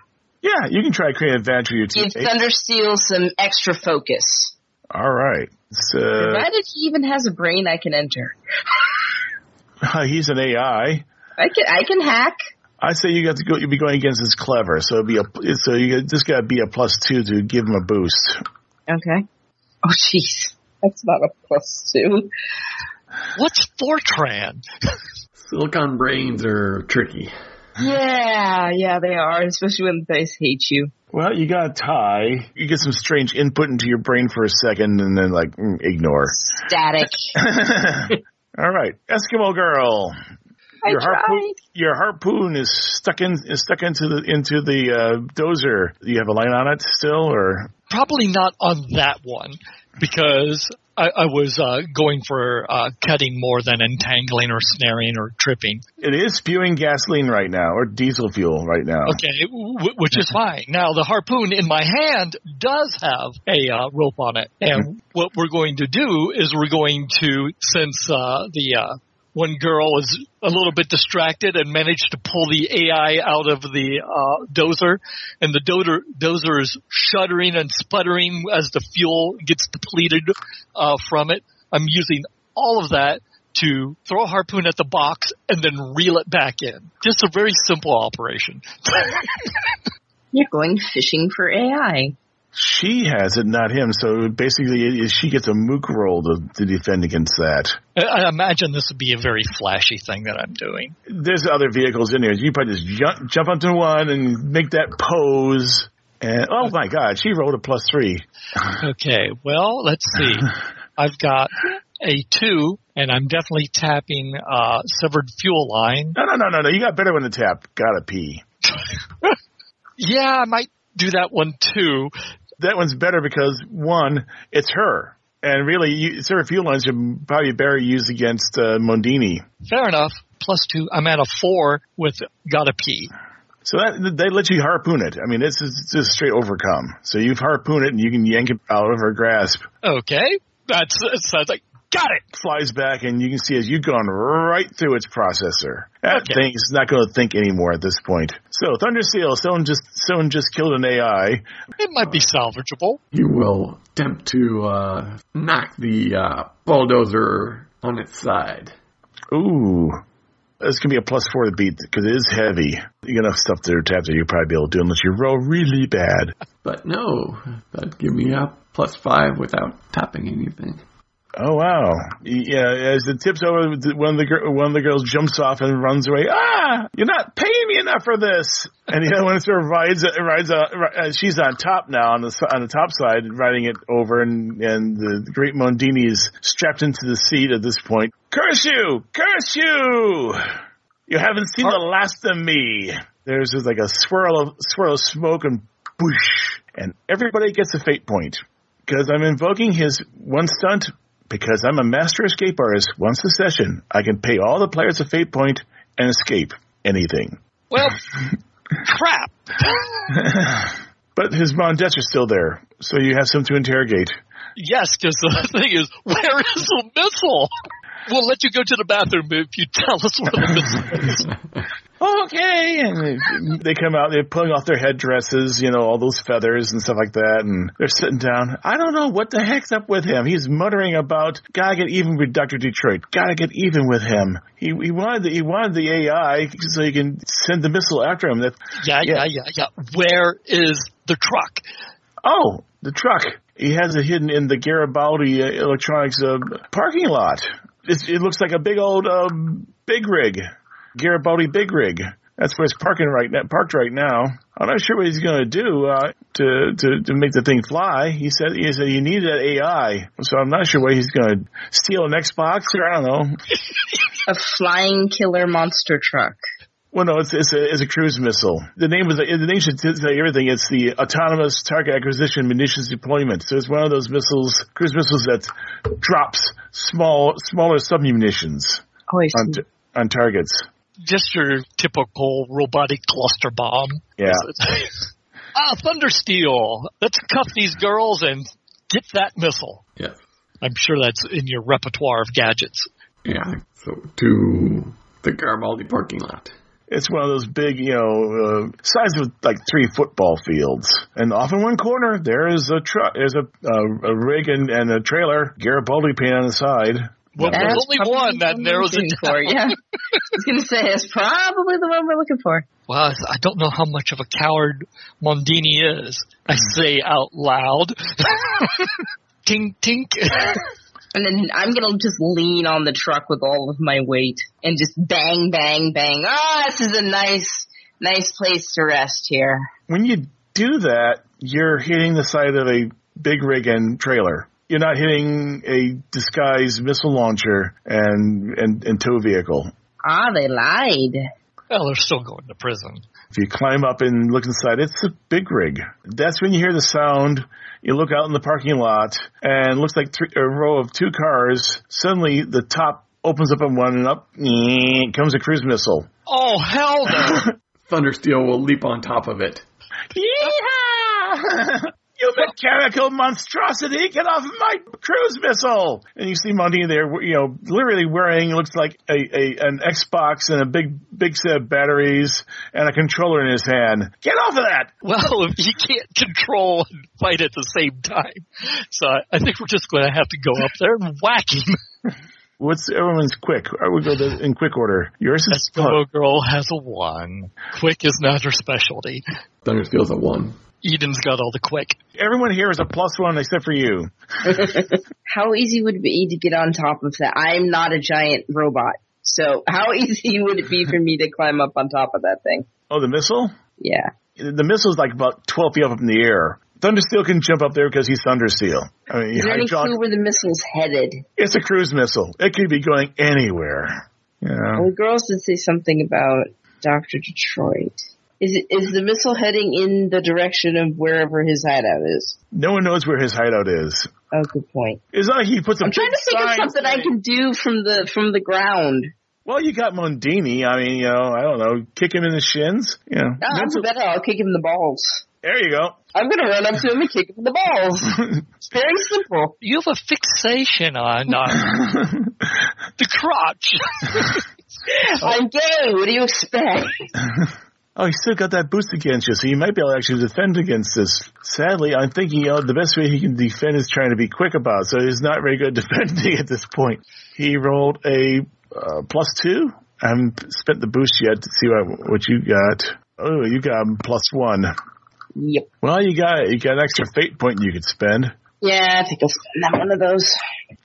yeah, you can try to create an advantage for your give teammate. Thundersteel some extra focus. All right. So Provided he even has a brain I can enter. [LAUGHS] he's an AI. I can I can hack. I say you got to go. You'd be going against his clever, so it'd be a so you just got to be a plus two to give him a boost. Okay. Oh jeez. That's not a plus two. What's Fortran? [LAUGHS] silicon brains are tricky. Yeah, yeah, they are, especially when they hate you. Well, you got a tie. You get some strange input into your brain for a second, and then like mm, [LAUGHS] ignore. [LAUGHS] Static. All right, Eskimo girl, I your harpoon, tried. your harpoon is stuck in is stuck into the into the uh, dozer. Do you have a line on it still, or Probably not on that one because I, I was uh, going for uh, cutting more than entangling or snaring or tripping. it is spewing gasoline right now or diesel fuel right now? Okay, w- which is fine. Now the harpoon in my hand does have a uh, rope on it, and what we're going to do is we're going to since uh, the uh, one girl is a little bit distracted and managed to pull the AI out of the uh, dozer, and the dozer dozer is shuddering and sputtering as the fuel gets depleted uh, from it. I'm using all of that to throw a harpoon at the box and then reel it back in. Just a very simple operation. [LAUGHS] You're going fishing for AI. She has it, not him. So basically, she gets a mook roll to, to defend against that. I- I imagine this would be a very flashy thing that I'm doing. There's other vehicles in here. You probably just jump, jump onto one and make that pose. And oh my God, she rolled a plus three. Okay, well, let's see. I've got a two, and I'm definitely tapping uh, severed fuel line. No, no, no, no, no. You got better when the tap. Gotta pee. Yeah, I might do that one too. That one's better because one, it's her, and really, you, Sarah Fuel Line should probably better used against uh, Mondini. Fair enough. Plus two. I'm at a four with gotta pee. So that they let you harpoon it. I mean, this is just straight overcome. So you've harpooned it, and you can yank it out of her grasp. Okay, that's that sounds like got it. flies back, and you can see as you've gone right through its processor. That Okay. thing's not going to think anymore at this point. So, Thunder Seal, someone just someone just killed an AI. It might be salvageable. You will attempt to uh, knock the uh, bulldozer on its side. Ooh, this can be a plus four to beat because it is heavy. You got enough stuff there tapped that you'll probably be able to do unless you roll really bad. But no, that'd give me a plus five without tapping anything. Oh wow! Yeah, as it tips over, one of the gir- one of the girls jumps off and runs away. Ah, you're not paying me enough for this. And the other one sort of rides rides uh, ri- uh, She's on top now on the s- on the top side, riding it over, and and the great Mondini is strapped into the seat at this point. Curse you! Curse you! You haven't seen the last of me. There's just like a swirl of swirl of smoke and boosh, and everybody gets a fate point because I'm invoking his one stunt. Because I'm a master escape artist, once a session, I can pay all the players a fate point and escape anything. Well, crap. But his Mondets are still there, so you have some to interrogate. Yes, because the [LAUGHS] thing is, where is the missile? We'll let you go to the bathroom if you tell us where the missile is. Okay, and they come out. They're pulling off their headdresses, you know, all those feathers and stuff like that, and they're sitting down. I don't know what the heck's up with him. He's muttering about gotta get even with Doctor Detroit. Gotta get even with him. He he wanted the, he wanted the AI so he can send the missile after him. That [LAUGHS] Yeah, yeah, Yeah. yeah, yeah. Where is the truck? Oh, the truck. He has it hidden in the Garibaldi uh, Electronics uh, parking lot. It's, it looks like a big old um, big rig, Garibaldi big rig. That's where it's parking right now, parked right now. I'm not sure what he's going to do uh, to, to to make the thing fly. He said he said you need that AI, so I'm not sure what he's going to steal an Xbox or I don't know. A flying killer monster truck. Well, no, it's it's a, it's a cruise missile. The name is the name should say everything. It's the autonomous target acquisition munitions deployment. So it's one of those missiles, cruise missiles that drops small smaller submunitions Oh, I on see. t- on targets. Just your typical robotic cluster bomb. Yeah. [LAUGHS] ah, Thundersteel. Let's cuff these girls and get that missile. Yes. I'm sure that's in your repertoire of gadgets. Yeah. So to the Garibaldi parking lot. It's one of those big, you know, uh, size of like three football fields, and off in one corner there is a truck, there's a uh, a rig and, and a trailer, Garibaldi paint on the side. Well, That's there's only probably one the that one narrows we're it looking For. Yeah, down. [LAUGHS] I was gonna say it's probably the one we're looking for. Well, I don't know how much of a coward Mondini is. I say out loud. [LAUGHS] tink, tink. [LAUGHS] And then I'm gonna just lean on the truck with all of my weight and just bang, bang, bang. Ah, this is a nice, nice place to rest here. when you do that, you're hitting the side of a big rig and trailer. You're not hitting a disguised missile launcher and, and, and tow vehicle. Ah, they lied. Well, they're still going to prison. If you climb up and look inside, it's a big rig. That's when you hear the sound. You look out in the parking lot and it looks like three, a row of two cars. Suddenly the top opens up on one and up comes a cruise missile. Oh, hell [LAUGHS] no. Thundersteel will leap on top of it. Yeehaw! [LAUGHS] you mechanical monstrosity, get off my cruise missile! And you see Monty there, you know, literally wearing looks like a, a an Xbox and a big big set of batteries and a controller in his hand. Get off of that! Well, if you can't control and fight at the same time. So I I think we're just going to have to go up there and whack him. [LAUGHS] What's everyone's quick? I would go the, in quick order. Yours is Eskimo Girl has a one. Quick is not her specialty. Thundersteel's a one. Eden's got all the quick. Everyone here is a plus one except for you. How easy would it be to get on top of that? I'm not a giant robot. So how [LAUGHS] easy would it be for me to climb up on top of that thing? Oh, the missile? Yeah. The missile's like about 12 feet up in the air. Thundersteel can jump up there because he's Thundersteel. I mean, Is there any hydraulic- clue where the missile's headed? it's a cruise missile. It could be going anywhere. Yeah. Well, the girls did say something about Doctor Detroit. Is it, is the missile heading in the direction of wherever his hideout is? No one knows where his hideout is. Oh, good point. It's not like he puts a I'm trying big to think of sign something I saying- can do from the from the ground. Well, you got Mondini. I mean, you know, I don't know. Kick him in the shins. Yeah. No, I'm better. I'll kick him in the balls. There you go. I'm gonna run up to him and kick him in the [LAUGHS] balls. It's very simple. You have a fixation on [LAUGHS] uh, [LAUGHS] the crotch. I'm gay. What do you expect? Oh, he's still got that boost against you, so you might be able to actually defend against this. Sadly, I'm thinking you know, the best way he can defend is trying to be quick about, it, so he's not very good [LAUGHS] defending at this point. He rolled a uh, plus two. I haven't spent the boost yet to see what, what you got. Oh, you got plus one. Yep. Well, you got you got an extra fate point you could spend. Yeah, I think I'll spend that one of those.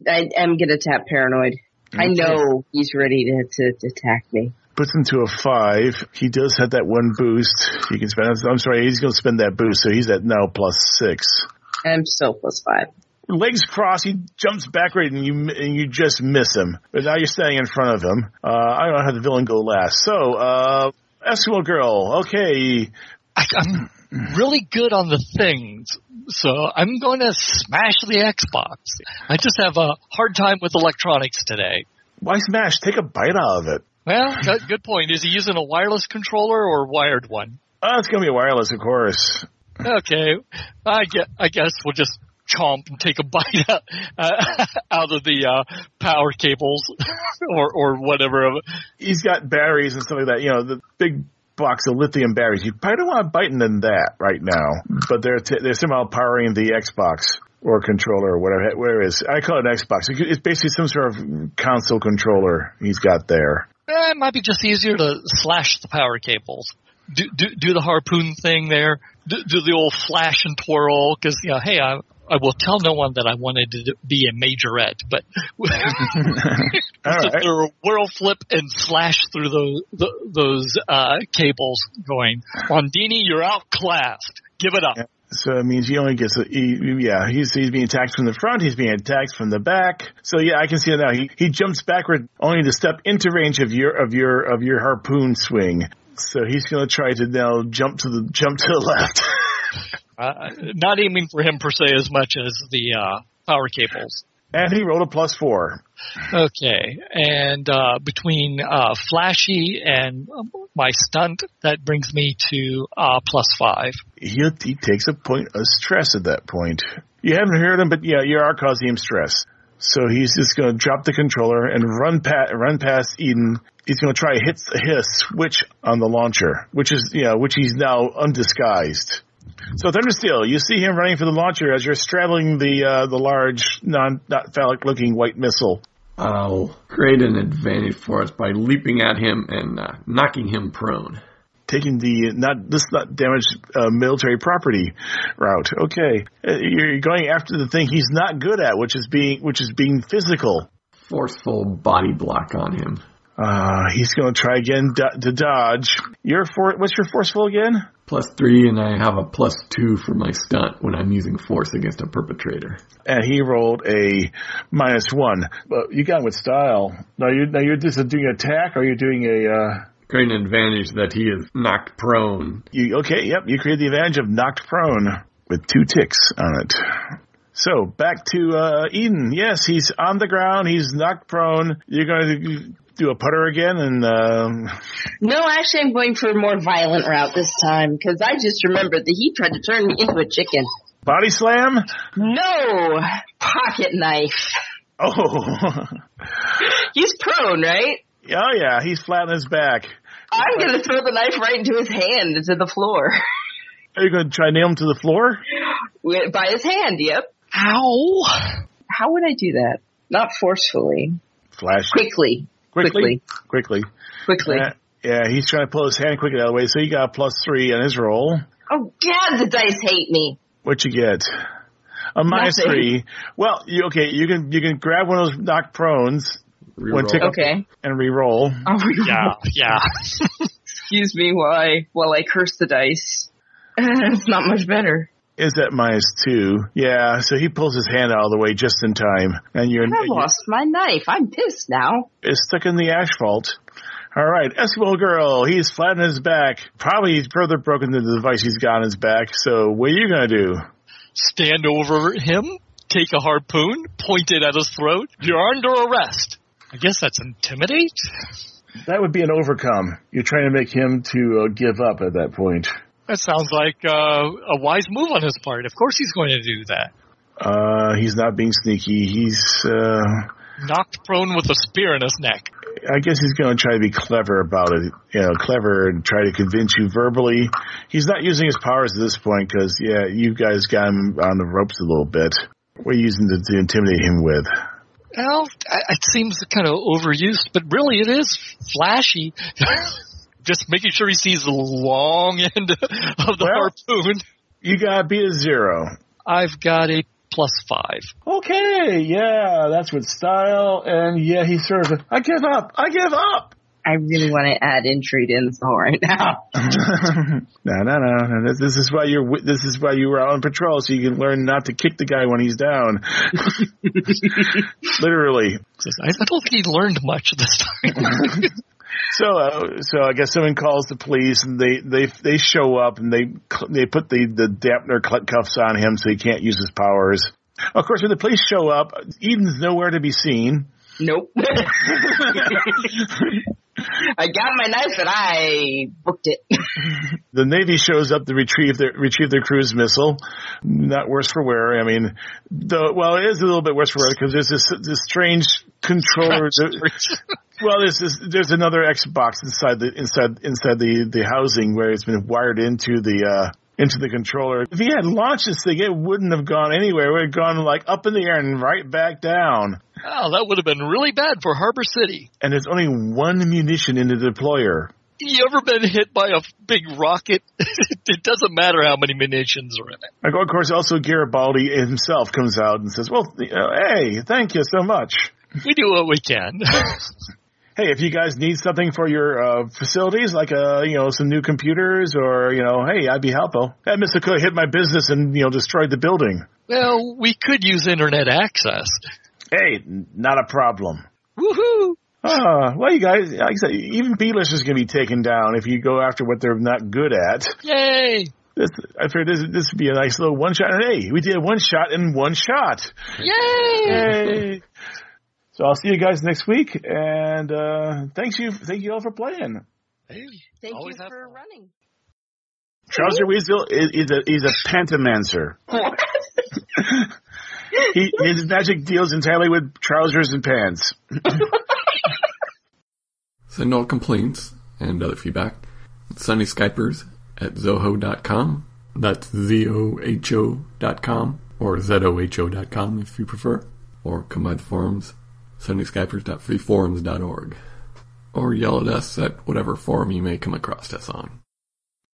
I am gonna tap paranoid. I know he's ready to, to, to attack me. Puts him to a five. He does have that one boost. He can spend. I'm sorry, he's going to spend that boost, so he's at now plus six. I'm so plus five. legs crossed, he jumps backward, and you and you just miss him. But now you're standing in front of him. Uh, I don't know how the villain go last. So, uh, Eskimo girl, okay, I, I'm really good on the things, so I'm going to smash the Xbox. I just have a hard time with electronics today. why smash? Take a bite out of it. Well, good, good point. Is he using a wireless controller or a wired one? Oh, it's gonna be wireless, of course. Okay, I guess, I guess we'll just chomp and take a [LAUGHS] bite out, uh, out of the uh, power cables [LAUGHS] or or whatever. He's got batteries and stuff like that. You know, the big box of lithium batteries. You probably don't want biting in that right now. But they're t- they're somehow powering the Xbox. Or controller, or whatever, whatever it is. I call it an Xbox. It's basically some sort of console controller he's got there. Eh, it might be just easier to slash the power cables. Do do, do the harpoon thing there. Do, do the old flash and twirl because you know, hey, I I will tell no one that I wanted to be a majorette, but [LAUGHS] All right. there were whirl flip and slash through those tho- those uh, cables going. Mondini, you're outclassed. Give it up. So it means he only gets a, he, yeah, he's, he's being attacked from the front, he's being attacked from the back. So yeah, I can see it now. He, he jumps backward only to step into range of your, of your, of your harpoon swing. So he's gonna try to now jump to the, jump to the [LAUGHS] left. Uh, not aiming for him per se as much as the uh, power cables. and he rolled a plus four. Okay, and uh, between uh, flashy and um, my stunt, that brings me to uh, plus five. He, he takes a point of stress at that point. You haven't heard him, but yeah, you are causing him stress. So he's just gonna drop the controller and run past, run past Eden. He's gonna try hit hit a switch on the launcher, which is yeah, which he's now undisguised. So Thundersteel, you see him running for the launcher as you're straddling the uh, the large, non not phallic looking white missile. I'll create an advantage for us by leaping at him and uh, knocking him prone. taking the not this not damaged uh, military property route. Okay, Uh, you're going after the thing he's not good at, which is being which is being physical. Forceful body block on him. Uh, he's going to try again do- to dodge. Your for what's your forceful again? Plus three, and I have a plus two for my stunt when I'm using force against a perpetrator. And he rolled a minus one. But you got him with style. Now you now you're just doing an attack, or you're doing a. Uh, Create an advantage that he is knocked prone. You okay? Yep, you create the advantage of knocked prone with two ticks on it. So back to uh, Eden. Yes, he's on the ground. He's knocked prone. You're going to do a putter again, and um, No, actually, I'm going for a more violent route this time because I just remembered that he tried to turn me into a chicken. body slam. [LAUGHS] No, pocket knife. Oh, [LAUGHS] He's prone, right? oh yeah, he's flat on his back. I'm gonna throw the knife right into his hand, into the floor, [LAUGHS] Are you going to try to nail him to the floor? With- by his hand. Yep. Ow! How would I do that? Not forcefully. Flash Quickly. quickly, Quickly. quickly. Quickly. Yeah, yeah, he's trying to pull his hand quickly out of the way, so he got a plus three on his roll. Oh god, the dice hate me. What you get? A minus Nothing. three. Well, you, okay, you can you can grab one of those knock prones Reroll. tick- Okay. and re-roll. Oh my god. Yeah, yeah. [LAUGHS] Excuse me while I while I curse the dice. [LAUGHS] it's not much better. Is that minus two? Yeah. So he pulls his hand out of the way just in time, and you're, I you're lost my knife. I'm pissed now. is stuck in the asphalt. All right, Eskimo girl. He's flat on his back. Probably he's further broken than the device he's got on his back. So what are you gonna do? Stand over him, take a harpoon, point it at his throat. You're under arrest. I guess that's intimidate. That would be an overcome. You're trying to make him to uh, give up at that point. That sounds like uh, a wise move on his part. Of course he's going to do that. Uh, he's not being sneaky. He's, uh, Knocked prone with a spear in his neck. I guess he's going to try to be clever about it. You know, clever and try to convince you verbally. He's not using his powers at this point because, yeah, you guys got him on the ropes a little bit. We're using to, to intimidate him with. Well, I- it seems kind of overused, but really it is flashy. [LAUGHS] Just making sure he sees the long end of the Well- harpoon. You got to beat a zero. I've got a plus five. Okay, yeah, that's with style. And yeah, he's sort of, I give up, I give up. I really want to add intrigue in all right now. no, no, no, no. This, this is why you're. wi- This is why you were out on patrol, so you can learn not to kick the guy when he's down. [LAUGHS] Literally. Says, I I don't think he learned much this time. [LAUGHS] So, uh, so I guess someone calls the police, and they they they show up, and they cl- they put the the dampener cl- cuffs on him, so he can't use his powers. Of course, when the police show up, Eden's nowhere to be seen. Nope. [LAUGHS] I got my knife and I booked it. The Navy shows up to retrieve their retrieve their cruise missile. Not worse for wear. I mean, the, well, it is a little bit worse for wear because there's this this strange [LAUGHS] controller. well, there's this, there's another Xbox inside the inside inside the the housing where it's been wired into the. uh into the controller. If he had launched this thing, it wouldn't have gone anywhere. It would have gone like up in the air and right back down. wow, that would have been really bad for Harbor City. And there's only one munition in the deployer. You ever been hit by a big rocket? [LAUGHS] it doesn't matter how many munitions are in it. Like, Of course, also Garibaldi himself comes out and says, "Well, you know, hey, thank you so much. We do what we can. [LAUGHS] Hey, if you guys need something for your uh, facilities, like uh, you know, some new computers, or you know, hey, I'd be helpful." That missile could have hit my business and you know destroyed the building. well, we could use internet access. Hey, n- not a problem. Woohoo! Ah, well, you guys, like I said, even B-list is going to be taken down if you go after what they're not good at. Yay! This, I figured this, this would be a nice little one shot. Hey, we did one shot in one shot. Yay! Yay. [LAUGHS] So I'll see you guys next week, and uh, thanks you, thank you all for playing. Hey, Thank Always you have for fun. running. Trouser Weasel is, is a is a pantomancer. What? He, his magic deals entirely with trousers and pants. Send all complaints and other feedback. Sunny Skypers at zoho.com. That's Z-O-H-O dot com or Z-O-H-O dot com if you prefer. Or come by the forums, sunnyskypers.freeforums.org. Or yell at us at whatever forum you may come across us on.